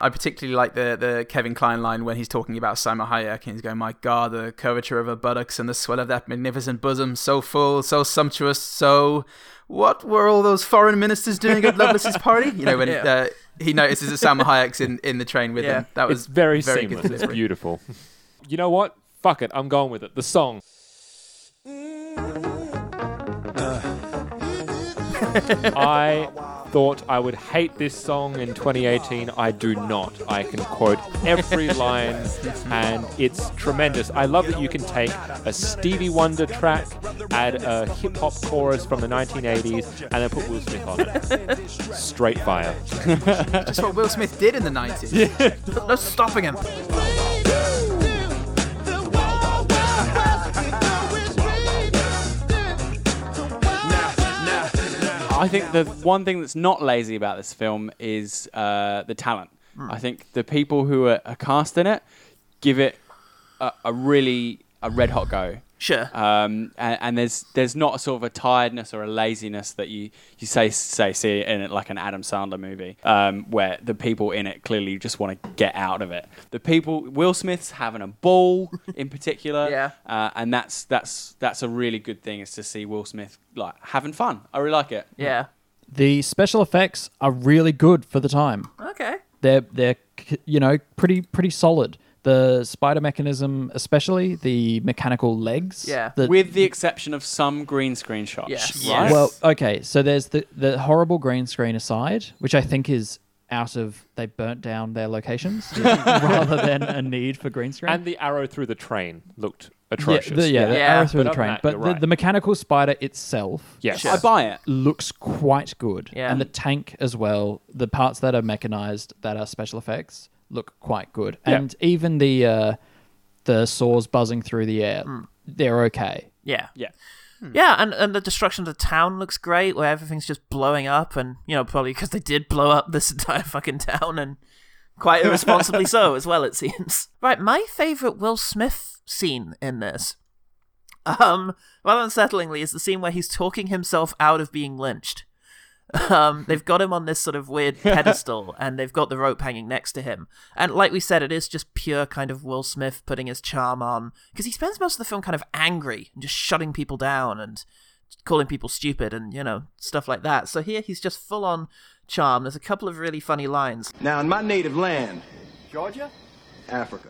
Speaker 6: I particularly like the, the Kevin Klein line when he's talking about Simon Hayek and he's going, My God, the curvature of her buttocks and the swell of that magnificent bosom, so full, so sumptuous, so. What were all those foreign ministers doing at Lovelace's party? You know, when uh, he notices that Simon Hayek's in, in the train with him. That was
Speaker 4: It's very,
Speaker 6: very
Speaker 4: seamless.
Speaker 6: Good
Speaker 4: It's
Speaker 6: delivery.
Speaker 4: beautiful. you know what? Fuck it. I'm going with it. The song. I thought I would hate this song in 2018. I do not. I can quote every line, and it's tremendous. I love that you can take a Stevie Wonder track, add a hip hop chorus from the 1980s, and then put Will Smith on it. Straight fire.
Speaker 6: That's what Will Smith did in the 90s. No stopping him.
Speaker 3: I think the one thing that's not lazy about this film is uh, the talent.
Speaker 2: Hmm.
Speaker 3: I think the people who are, are cast in it give it a, a really a red hot go.
Speaker 2: Sure.
Speaker 3: um, and, and there's there's not a sort of a tiredness or a laziness that you you say say see in it like an Adam Sandler movie um, where the people in it clearly just want to get out of it. The people Will Smith's having a ball in particular,
Speaker 2: Yeah.
Speaker 3: uh, and that's that's that's a really good thing is to see Will Smith like having fun. I really like it.
Speaker 2: yeah.
Speaker 5: The special effects are really good for the time.
Speaker 2: Okay.
Speaker 5: they're they're c- you know pretty pretty solid. The spider mechanism, especially the mechanical legs.
Speaker 2: Yeah.
Speaker 5: that-
Speaker 3: With the exception of some green screen shots,
Speaker 2: Yes.
Speaker 3: right?
Speaker 5: well, okay. So there's the the horrible green screen aside, which I think is out of they burnt down their locations rather than a need for green screen.
Speaker 4: And the arrow through the train looked
Speaker 5: yeah,
Speaker 4: atrocious.
Speaker 5: the, yeah, the
Speaker 2: Yeah.
Speaker 5: arrow
Speaker 4: But
Speaker 5: through the
Speaker 4: other
Speaker 5: train.
Speaker 4: than that,
Speaker 5: but the,
Speaker 4: you're right.
Speaker 5: the mechanical spider itself
Speaker 4: Yes.
Speaker 3: I buy it.
Speaker 5: looks quite good.
Speaker 2: Yeah.
Speaker 5: And the tank as well, the parts that are mechanized that are special effects look quite good,
Speaker 4: Yeah.
Speaker 5: and even the uh, the saws buzzing through the air,
Speaker 2: Hmm.
Speaker 5: they're okay.
Speaker 2: Yeah.
Speaker 3: Yeah.
Speaker 2: Yeah, and, and the destruction of the town looks great, where everything's just blowing up, and, you know, probably because they did blow up this entire fucking town, and quite irresponsibly so as well, it seems. Right, my favourite Will Smith scene in this, um, rather unsettlingly, is the scene where he's talking himself out of being lynched. Um, they've got him on this sort of weird pedestal, and they've got the rope hanging next to him. And like we said, it is just pure kind of Will Smith putting his charm on, because he spends most of the film kind of angry and just shutting people down and calling people stupid and you know stuff like that. So here he's just full on charm. There's a couple of really funny lines,
Speaker 9: Now, in my native land, Georgia, Africa.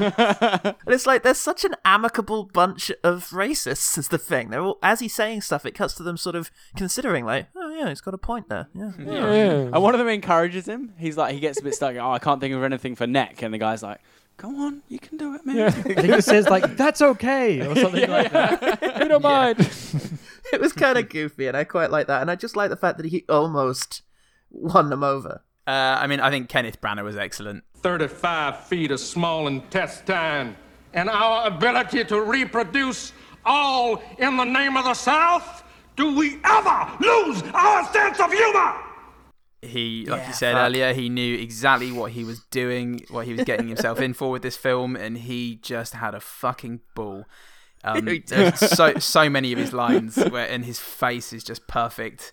Speaker 2: and it's like there's such an amicable bunch of racists. Is the thing? They're all as he's saying stuff, it cuts to them sort of considering like, oh yeah, he's got a point there. Yeah,
Speaker 3: And one of them encourages him. He's like, he gets a bit stuck. Oh, I can't think of anything for neck. And the guy's like, come on, you can do it, man.
Speaker 5: I think it says like that's okay or something like that.
Speaker 4: We don't mind.
Speaker 2: it was kind of goofy, and I quite like that. And I just like the fact that he almost won them over.
Speaker 6: Uh, I mean, I think Kenneth Branagh was excellent.
Speaker 8: 35 feet of small intestine, and our ability to reproduce all in the name of the South? Do we ever lose our sense of humor?
Speaker 6: He, like
Speaker 2: Yeah,
Speaker 6: you said
Speaker 2: fuck.
Speaker 6: earlier, he knew exactly what he was doing, what he was getting himself in for with this film, and he just had a fucking ball. Um, there's so so many of his lines, where and his face is just perfect.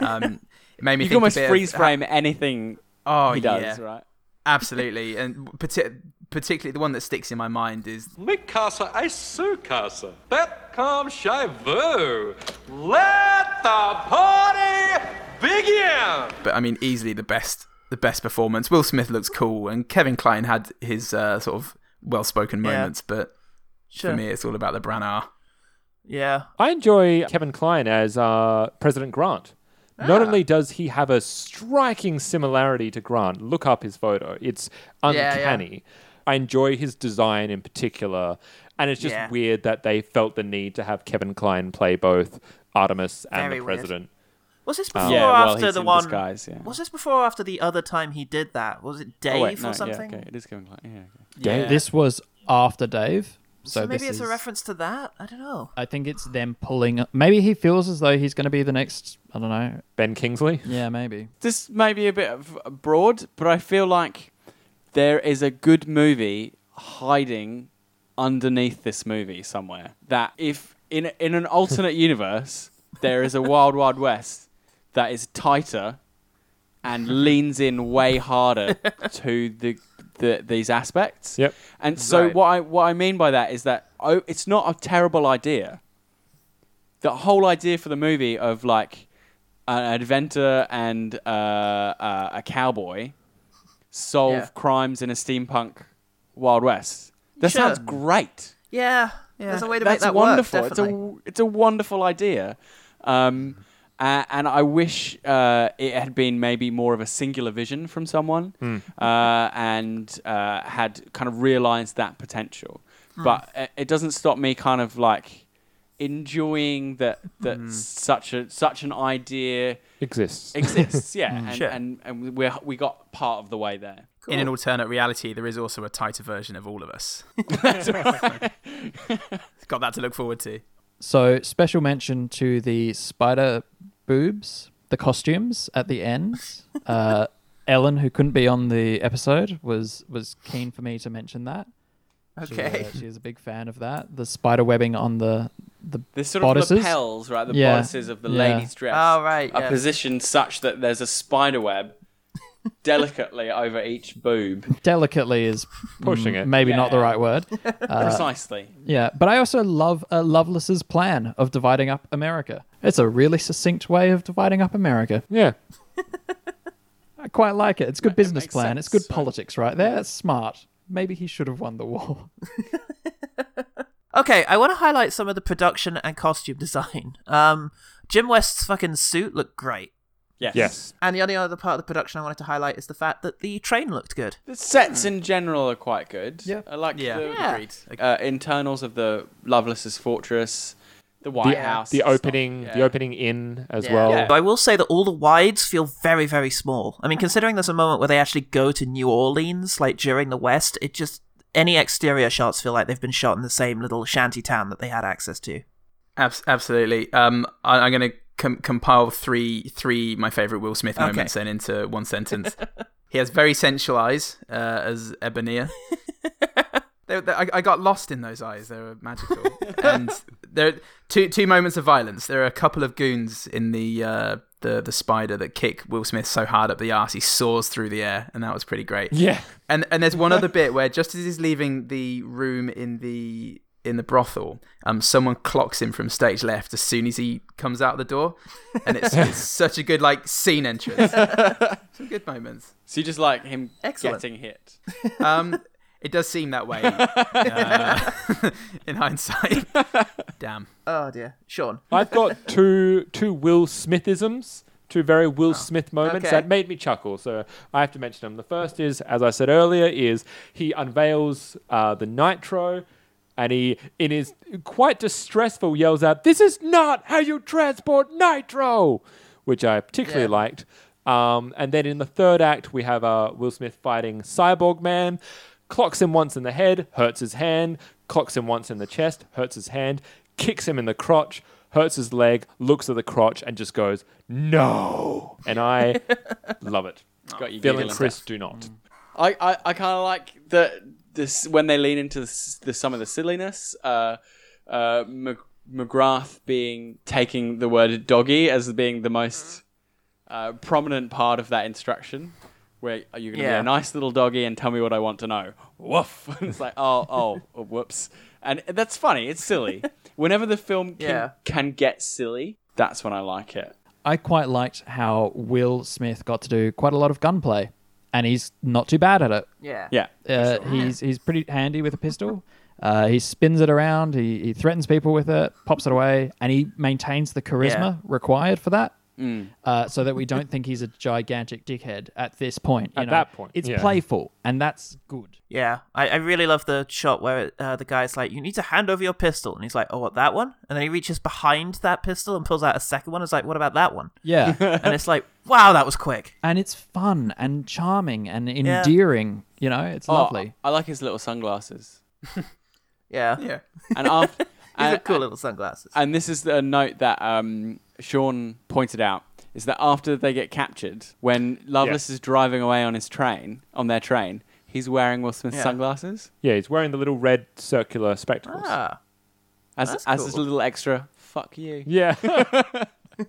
Speaker 6: Um, it made me
Speaker 3: You
Speaker 6: think
Speaker 3: can almost
Speaker 6: a bit of-
Speaker 3: freeze frame anything
Speaker 6: Oh
Speaker 3: he
Speaker 6: yeah,
Speaker 3: does, right?
Speaker 6: absolutely, and parti- particularly the one that sticks in my mind is
Speaker 8: Me casa e su casa. Bet com shivu. Let the party begin!
Speaker 6: but I mean, easily the best, the best performance. Will Smith looks cool, and Kevin Klein had his uh, sort of well-spoken
Speaker 2: Yeah.
Speaker 6: moments, but
Speaker 2: Sure.
Speaker 6: for me, it's all about the Branagh.
Speaker 2: Yeah.
Speaker 4: I enjoy Kevin Klein as uh, President Grant.
Speaker 8: Ah.
Speaker 4: Not only does he have a striking similarity to Grant, look up his photo. It's
Speaker 6: yeah.
Speaker 4: uncanny. I enjoy his design in particular, and it's just
Speaker 2: Yeah.
Speaker 4: weird that they felt the need to have Kevin Klein play both Artemis and
Speaker 2: Very
Speaker 4: the
Speaker 2: weird.
Speaker 4: President.
Speaker 2: Was this before
Speaker 3: Yeah,
Speaker 2: or
Speaker 3: well,
Speaker 2: after
Speaker 3: he's
Speaker 2: the
Speaker 3: in
Speaker 2: one?
Speaker 3: disguise, yeah.
Speaker 2: Was this before or after the other time he did that? Was it Dave
Speaker 3: Oh, wait, no,
Speaker 2: or something?
Speaker 3: Yeah, okay. It is Kevin Klein. Yeah, okay.
Speaker 5: This was after Dave, so,
Speaker 2: So maybe
Speaker 5: this
Speaker 2: it's
Speaker 5: is,
Speaker 2: a reference to that. I don't know.
Speaker 5: I think it's them pulling. Maybe he feels as though he's going to be the next. I don't know.
Speaker 4: Ben Kingsley?
Speaker 5: Yeah, maybe.
Speaker 3: This may be a bit of- broad, but I feel like there is a good movie hiding underneath this movie somewhere. That if in in an alternate universe there is a Wild Wild West that is tighter and leans in way harder to the, the these aspects.
Speaker 4: Yep.
Speaker 3: And so
Speaker 6: Right.
Speaker 3: what I what I mean by that is that oh, it's not a terrible idea. The whole idea for the movie of like an adventure and uh, uh, a cowboy solve
Speaker 2: Yeah.
Speaker 3: crimes in a steampunk Wild West. That
Speaker 2: Sure.
Speaker 3: sounds great.
Speaker 2: Yeah, there's a way to make
Speaker 3: That's
Speaker 2: that
Speaker 3: wonderful.
Speaker 2: work.
Speaker 3: it's a
Speaker 2: Definitely.
Speaker 3: w- it's a wonderful idea, um, a- and I wish uh, it had been maybe more of a singular vision from someone, uh, and uh, had kind of realised that potential.
Speaker 2: Hmm.
Speaker 3: But i- it doesn't stop me kind of like enjoying that that such a such an idea
Speaker 4: Exists.
Speaker 3: exists. Yeah, and,
Speaker 2: Sure.
Speaker 3: and and we we got part of the way there.
Speaker 6: In an alternate reality, there is also a tighter version of all of us. Got that to look forward to.
Speaker 5: So special mention to the spider boobs, the costumes at the end. Uh, Ellen, who couldn't be on the episode, was was keen for me to mention that. She, uh, she is a big fan of that. The spider webbing on the the
Speaker 3: This sort
Speaker 5: bodices.
Speaker 3: of lapels, right? The
Speaker 5: Yeah.
Speaker 3: bodices of the
Speaker 5: Yeah.
Speaker 3: lady's dress.
Speaker 2: Oh, right,
Speaker 3: Are
Speaker 2: yeah.
Speaker 3: positioned such that there's a spider web delicately over each boob.
Speaker 5: Delicately is
Speaker 4: Pushing it.
Speaker 5: Maybe not the
Speaker 3: Yeah.
Speaker 5: right word.
Speaker 3: Precisely.
Speaker 5: Yeah, but I also love uh, Lovelace's plan of dividing up America. It's a really succinct way of dividing up America.
Speaker 4: Yeah.
Speaker 5: I quite like it. It's a good business
Speaker 3: makes
Speaker 5: plan. It's
Speaker 3: sense,
Speaker 5: good politics right there. That's smart. Maybe he should have won the war.
Speaker 2: Okay, I want to highlight some of the production and costume design. Um, Jim West's fucking suit looked great.
Speaker 3: Yes.
Speaker 4: Yes.
Speaker 2: And the only other part of the production I wanted to highlight is the fact that the train looked good.
Speaker 3: The sets in general are quite good.
Speaker 5: Yeah.
Speaker 3: I like
Speaker 6: Yeah,
Speaker 3: the
Speaker 2: Yeah.
Speaker 6: agreed.
Speaker 3: uh, internals of the Lovelace's fortress. The White
Speaker 4: the,
Speaker 3: House.
Speaker 4: the
Speaker 3: stuff.
Speaker 4: opening, the
Speaker 3: Yeah.
Speaker 4: opening in as
Speaker 5: Yeah.
Speaker 4: well.
Speaker 2: But I will say that all the wides feel very, very small. I mean, considering there's a moment where they actually go to New Orleans, like during the West, it just any exterior shots feel like they've been shot in the same little shanty town that they had access to.
Speaker 6: Abs- absolutely. Um, I- I'm going to com- compile three three my favorite Will Smith moments then into one sentence. he has very sensual eyes uh, as Ebonier. they they- I, I got lost in those eyes. They were magical. and there are two two moments of violence. There are a couple of goons in the uh, the the spider that kick Will Smith so hard up the arse he soars through the air, and that was pretty great.
Speaker 4: Yeah.
Speaker 6: And and there's one other bit where just as he's leaving the room in the in the brothel, um, someone clocks him from stage left as soon as he comes out the door, and it's, it's such a good like scene entrance. Some good moments.
Speaker 3: So you just like him
Speaker 2: Excellent.
Speaker 3: getting hit.
Speaker 6: Um, it does seem that way uh, in hindsight. Damn.
Speaker 2: Oh dear, Sean.
Speaker 4: I've got two two Will Smithisms, two very Will Smith moments
Speaker 2: okay.
Speaker 4: that made me chuckle. So I have to mention them. The first is, as I said earlier, is he unveils uh, the nitro, and he, in his quite distressful, yells out, "This is not how you transport nitro," which I particularly liked. Um, and then in the third act, we have uh, Will Smith fighting Cyborg Man. Clocks him once in the head, hurts his hand. Clocks him once in the chest, hurts his hand. Kicks him in the crotch, hurts his leg. Looks at the crotch and just goes, "No!" And I love it.
Speaker 2: Oh.
Speaker 3: Got you
Speaker 4: Phil and
Speaker 3: giggling.
Speaker 4: Chris do not.
Speaker 3: I, I, I kind of like the this when they lean into the, s- the some of the silliness. Uh, uh, Mc, McGrath being taking the word "doggy" as being the most uh, prominent part of that instruction. Where are you going to be
Speaker 2: Yeah.
Speaker 3: a nice little doggy and tell me what I want to know? Woof! it's like oh oh oh, whoops, and that's funny. It's silly. Whenever the film can,
Speaker 2: Yeah.
Speaker 3: can get silly, that's when I like it.
Speaker 5: I quite liked how Will Smith got to do quite a lot of gunplay, and he's not too bad at it.
Speaker 2: Yeah.
Speaker 3: Yeah,
Speaker 5: Uh, he's he's pretty handy with a pistol. Uh, he spins it around. He, he threatens people with it, pops it away, and he maintains the charisma
Speaker 2: Yeah.
Speaker 5: required for that. Uh, so that we don't think he's a gigantic dickhead at this point. you
Speaker 4: At
Speaker 5: know.
Speaker 4: that point,
Speaker 5: it's
Speaker 4: yeah.
Speaker 5: playful, and that's good.
Speaker 2: Yeah, I, I really love the shot where uh, the guy's like, "You need to hand over your pistol," and he's like, "Oh, what that one?" And then he reaches behind that pistol and pulls out a second one. It's like, "What about that one?"
Speaker 5: Yeah,
Speaker 2: And it's like, "Wow, that was quick."
Speaker 5: and it's fun and charming and endearing. You know, it's lovely.
Speaker 3: Oh, I like his little sunglasses.
Speaker 2: Yeah,
Speaker 6: Yeah.
Speaker 3: And after,
Speaker 2: these are cool little sunglasses.
Speaker 3: And this is a note that um, Sean pointed out is that after they get captured, when Lovelace
Speaker 4: Yes.
Speaker 3: is driving away on his train, on their train, he's wearing Will Smith's
Speaker 2: Yeah.
Speaker 3: sunglasses
Speaker 4: Yeah, he's wearing the little red circular spectacles.
Speaker 2: ah,
Speaker 3: as
Speaker 2: That's
Speaker 3: as
Speaker 2: cool.
Speaker 3: his little extra. Fuck you.
Speaker 4: Yeah.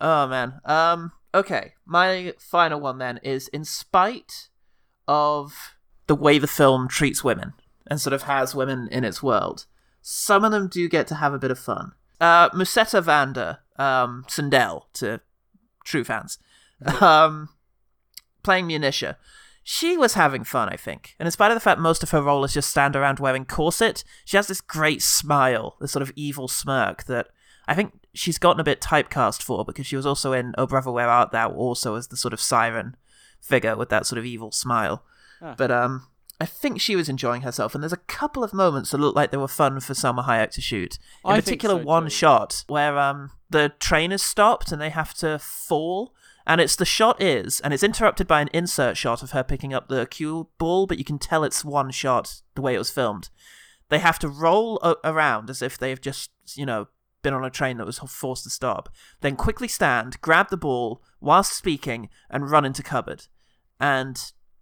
Speaker 2: oh man. Um. Okay, my final one then is, in spite of the way the film treats women and sort of has women in its world, some of them do get to have a bit of fun. Uh, Musetta Vanda, um, Sandel to true fans, um, playing Munitia. She was having fun, I think. And in spite of the fact most of her role is just stand around wearing corset, she has this great smile, this sort of evil smirk that I think she's gotten a bit typecast for because she was also in Oh Brother Where Art Thou also as the sort of siren figure with that sort of evil smile.
Speaker 3: Ah.
Speaker 2: But um, I think she was enjoying herself, and there's a couple of moments that look like they were fun for Selma Hayek to shoot. In
Speaker 3: I think
Speaker 2: particular,
Speaker 3: so
Speaker 2: one
Speaker 3: too.
Speaker 2: shot where um, the train is stopped and they have to fall, and it's the shot is, and it's interrupted by an insert shot of her picking up the cue ball, but you can tell it's one shot the way it was filmed. They have to roll a- around as if they've just, you know, been on a train that was forced to stop, then quickly stand, grab the ball whilst speaking, and run into cupboard. And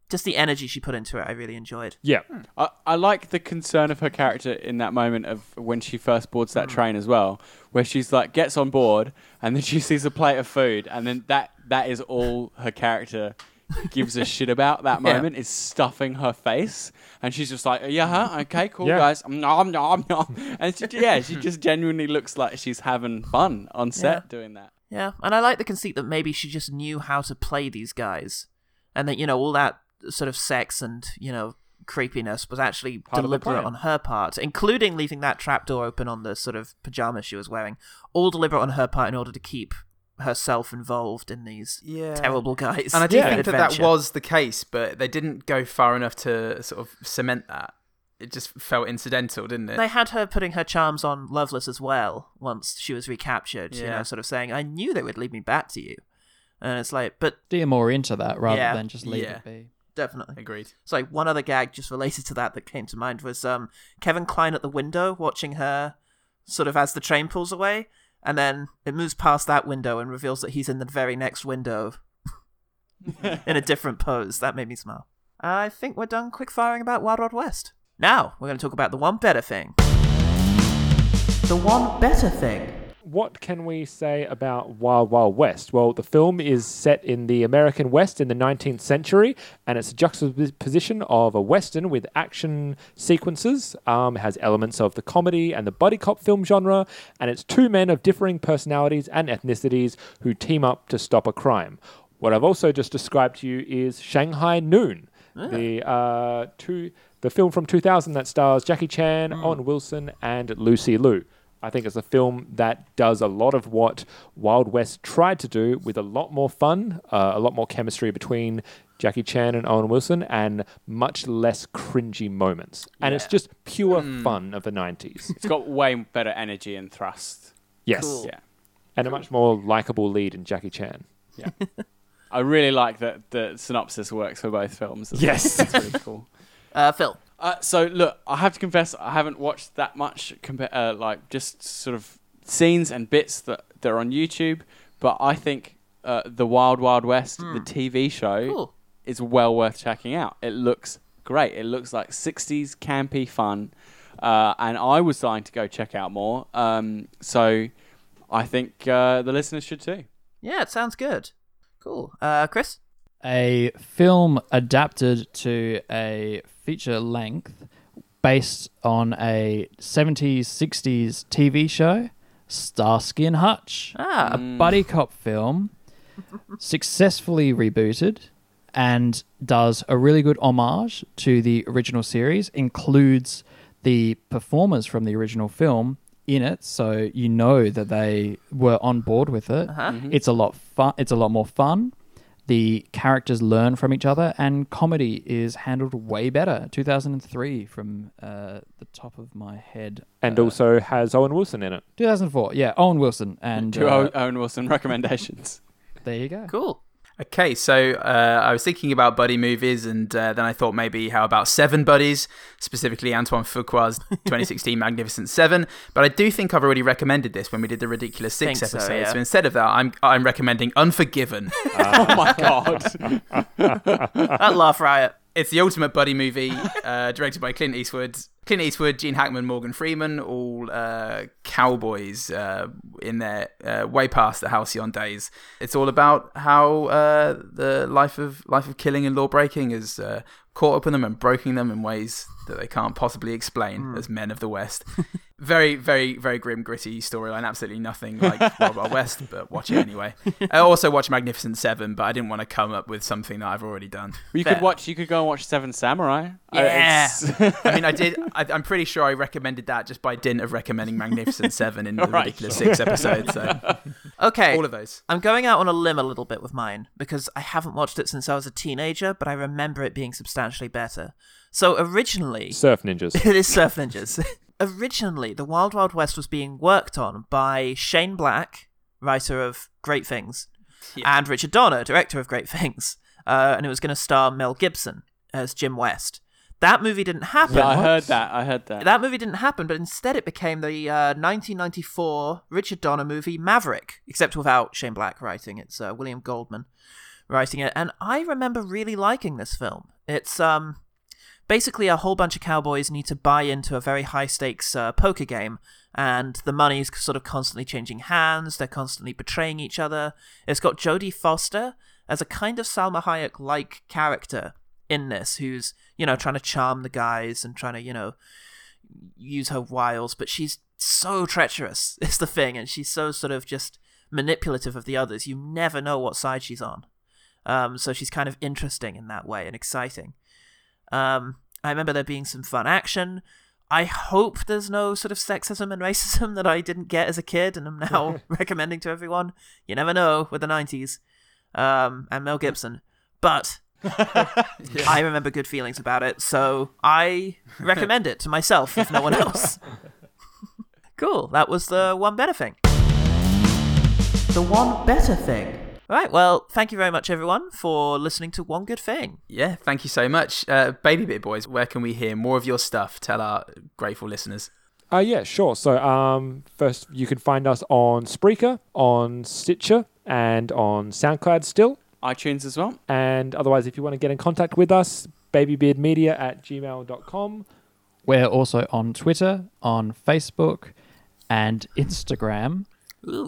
Speaker 2: just the energy she put into it, I really enjoyed.
Speaker 4: yeah.
Speaker 3: I, I like the concern of her character in that moment of when she first boards
Speaker 4: Hmm.
Speaker 3: that train as well, where she's like gets on board and then she sees a plate of food and then that that is all her character gives a shit about that
Speaker 2: Yeah.
Speaker 3: moment is stuffing her face and she's just like yeah huh okay cool
Speaker 4: Yeah.
Speaker 3: guys um, nom nom nom and she, yeah she just genuinely looks like she's having fun on set doing that
Speaker 2: Yeah, and I like the conceit that maybe she just knew how to play these guys, and that you know all that sort of sex and you know creepiness was actually
Speaker 4: of the
Speaker 2: deliberate
Speaker 4: plan.
Speaker 2: on her part, including leaving that trapdoor open on the sort of pajamas she was wearing, all deliberate on her part in order to keep herself involved in these
Speaker 6: Yeah.
Speaker 2: terrible guys.
Speaker 6: And I do
Speaker 4: Yeah.
Speaker 6: think that that
Speaker 2: adventure.
Speaker 6: was the case, but they didn't go far enough to sort of cement that. It just felt incidental, didn't it?
Speaker 2: They had her putting her charms on Loveless as well once she was recaptured, you
Speaker 6: Yeah.
Speaker 2: know, sort of saying, I knew they would lead me back to you. And it's like, but
Speaker 5: Steer more into that rather
Speaker 2: Yeah.
Speaker 5: than just leave
Speaker 6: Yeah.
Speaker 5: it be.
Speaker 2: definitely.
Speaker 6: Agreed.
Speaker 2: So like one other gag just related to that that came to mind was um, Kevin Klein at the window watching her sort of as the train pulls away, and then it moves past that window and reveals that he's in the very next window in a different pose. That made me smile. I think we're done quick firing about Wild Wild West. Now we're going to talk about the one better thing. The one better thing.
Speaker 4: what can we say about Wild Wild West? Well, the film is set in the American West in the 19th century, and it's a juxtaposition of a Western with action sequences. Um, it has elements of the comedy and the buddy cop film genre, and it's two men of differing personalities and ethnicities who team up to stop a crime. What I've also just described to you is Shanghai Noon, the uh, two, the film from 2000 that stars Jackie Chan, Owen Wilson, and Lucy Liu. I think it's a film that does a lot of what Wild West tried to do with a lot more fun, uh, a lot more chemistry between Jackie Chan and Owen Wilson, and much less cringy moments. And it's just pure fun of the 90s.
Speaker 3: It's got way better energy and thrust.
Speaker 4: Yes.
Speaker 3: Yeah.
Speaker 4: And a much more likable lead in Jackie Chan.
Speaker 3: I really like that the synopsis works for both films.
Speaker 4: Yes.
Speaker 3: It's really cool.
Speaker 2: Uh, Phil.
Speaker 3: Uh, so look, I have to confess, I haven't watched that much, compa- uh, like just sort of scenes and bits that that are on YouTube. But I think uh, the Wild Wild West, the TV show,
Speaker 2: Cool.
Speaker 3: is well worth checking out. It looks great. It looks like '60s campy fun, uh, and I was dying to go check out more. Um, so I think uh, the listeners should too.
Speaker 2: Yeah, it sounds good. Cool. Uh, Chris.
Speaker 5: a film adapted to a feature length based on a 70s 60s TV show Starsky and Hutch
Speaker 2: Ah.
Speaker 5: a buddy cop film successfully rebooted and does a really good homage to the original series includes the performers from the original film in it so you know that they were on board with it it's a lot fun it's a lot more fun the characters learn from each other and comedy is handled way better 2003 from uh, the top of my head
Speaker 4: And also has Owen Wilson in it.
Speaker 5: 2004 yeah owen wilson and
Speaker 3: Two
Speaker 5: uh,
Speaker 3: Owen- Owen Wilson recommendations.
Speaker 5: there you go
Speaker 2: Cool.
Speaker 6: Okay, so uh, I was thinking about buddy movies, and uh, then I thought maybe how about Seven Buddies, specifically Antoine Fuqua's 2016 Magnificent Seven. But I do think I've already recommended this when we did the Ridiculous Six
Speaker 2: Think so,
Speaker 6: episode. So,
Speaker 2: yeah.
Speaker 6: instead of that, I'm I'm recommending Unforgiven.
Speaker 3: oh my god!
Speaker 2: That laugh riot.
Speaker 6: it's the ultimate buddy movie, uh, directed by Clint Eastwood. Clint Eastwood, Gene Hackman, Morgan Freeman, all uh, cowboys uh, in their uh, way past the halcyon days. It's all about how uh, the life of life of killing and law breaking has uh, caught up in them and broken them in ways that they can't possibly explain as men of the West. very, very, very grim, gritty storyline. Absolutely nothing like Wild Wild West, but watch it anyway. I also watched Magnificent Seven, but I didn't want to come up with something that I've already done.
Speaker 3: You
Speaker 2: Fair.
Speaker 3: could watch. You could go and watch Seven Samurai. Uh,
Speaker 6: Yeah.
Speaker 3: it's-
Speaker 6: I mean, I did. I, I'm pretty sure I recommended that just by dint of recommending Magnificent Seven in the
Speaker 3: Right,
Speaker 6: Ridiculous Six episode. So
Speaker 2: Okay.
Speaker 6: all of those.
Speaker 2: I'm going out on a limb a little bit with mine because I haven't watched it since I was a teenager, but I remember it being substantially better. So originally,
Speaker 4: Surf Ninjas.
Speaker 2: it is Surf Ninjas. originally, the Wild Wild West was being worked on by Shane Black, writer of Great Things, and Richard Donner, director of Great Things, uh, and it was going to star Mel Gibson as Jim West. That movie didn't happen.
Speaker 3: Yeah, I heard that. I heard that.
Speaker 2: That movie didn't happen, but instead it became the uh, 1994 Richard Donner movie Maverick, except without Shane Black writing it. It's uh, William Goldman writing it, and I remember really liking this film. It's um, basically a whole bunch of cowboys need to buy into a very high stakes uh, poker game and the money's sort of constantly changing hands they're constantly betraying each other it's got jodie foster as a kind of salma hayek like character in this who's you know trying to charm the guys and trying to you know use her wiles but she's so treacherous is the thing and she's so sort of just manipulative of the others you never know what side she's on um, so she's kind of interesting in that way and exciting um, I remember there being some fun action. I hope there's no sort of sexism and racism that I didn't get as a kid and I'm now recommending to everyone. You never know with the 90s um, and Mel Gibson. But I remember good feelings about it, so I recommend it to myself, if no one else. cool. That was the one better thing. The one better thing. All right. Well, thank you very much, everyone, for listening to One Good Thing.
Speaker 6: Yeah, thank you so much. Uh, Baby Bit Boys, where can we hear more of your stuff? Tell our grateful listeners.
Speaker 4: Uh, yeah, sure. So, um, first, you can find us on Spreaker, on Stitcher, and on SoundCloud still.
Speaker 3: iTunes as well.
Speaker 4: And otherwise, if you want to get in contact with us, babybeardmedia at gmail.com.
Speaker 5: We're also on Twitter, on Facebook, and Instagram.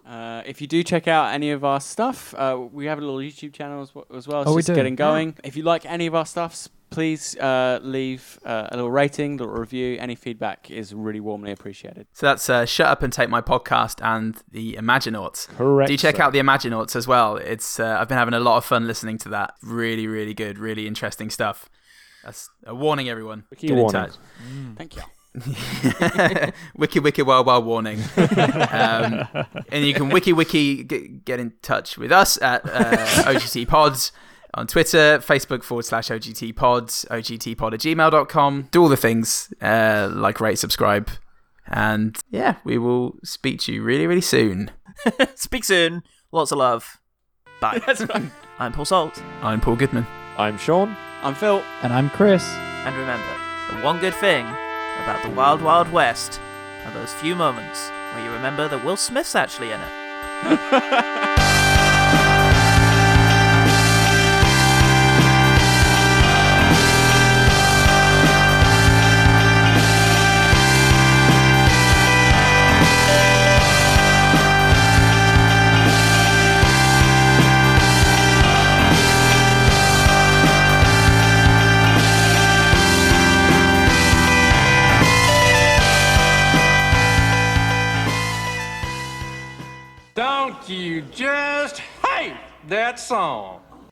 Speaker 3: Uh, if you do check out any of our stuff, uh, we have a little YouTube channel as, w- as well. It's
Speaker 5: Oh, we
Speaker 3: just
Speaker 5: do,
Speaker 3: getting
Speaker 5: yeah.
Speaker 3: going. If you like any of our stuffs, please uh, leave uh, a little rating, little review. Any feedback is really warmly appreciated.
Speaker 6: So that's uh, Shut Up and Take My Podcast and The Imaginauts.
Speaker 4: Correct,
Speaker 6: Do check
Speaker 4: sir.
Speaker 6: out The Imaginauts as well. It's uh, I've been having a lot of fun listening to that. Really, really good, really interesting stuff. That's a warning, everyone.
Speaker 4: Wiki
Speaker 6: Get
Speaker 4: warning.
Speaker 6: in touch.
Speaker 3: Thank you.
Speaker 6: wiki wiki wild wild warning um, and you can wiki wiki get, get in touch with us at uh, ogt pods on twitter facebook forward slash ogt pods ogt pod at gmail.com do all the things uh, like rate subscribe and yeah we will speak to you really really soon
Speaker 2: Speak soon. Lots of love. Bye. I'm Paul Salt,
Speaker 6: i'm paul goodman
Speaker 4: I'm Sean.
Speaker 3: I'm Phil.
Speaker 5: And I'm Chris.
Speaker 2: and remember the one good thing about the Wild Wild West are those few moments where you remember that Will Smith's actually in it.
Speaker 8: Don't you just hate that song?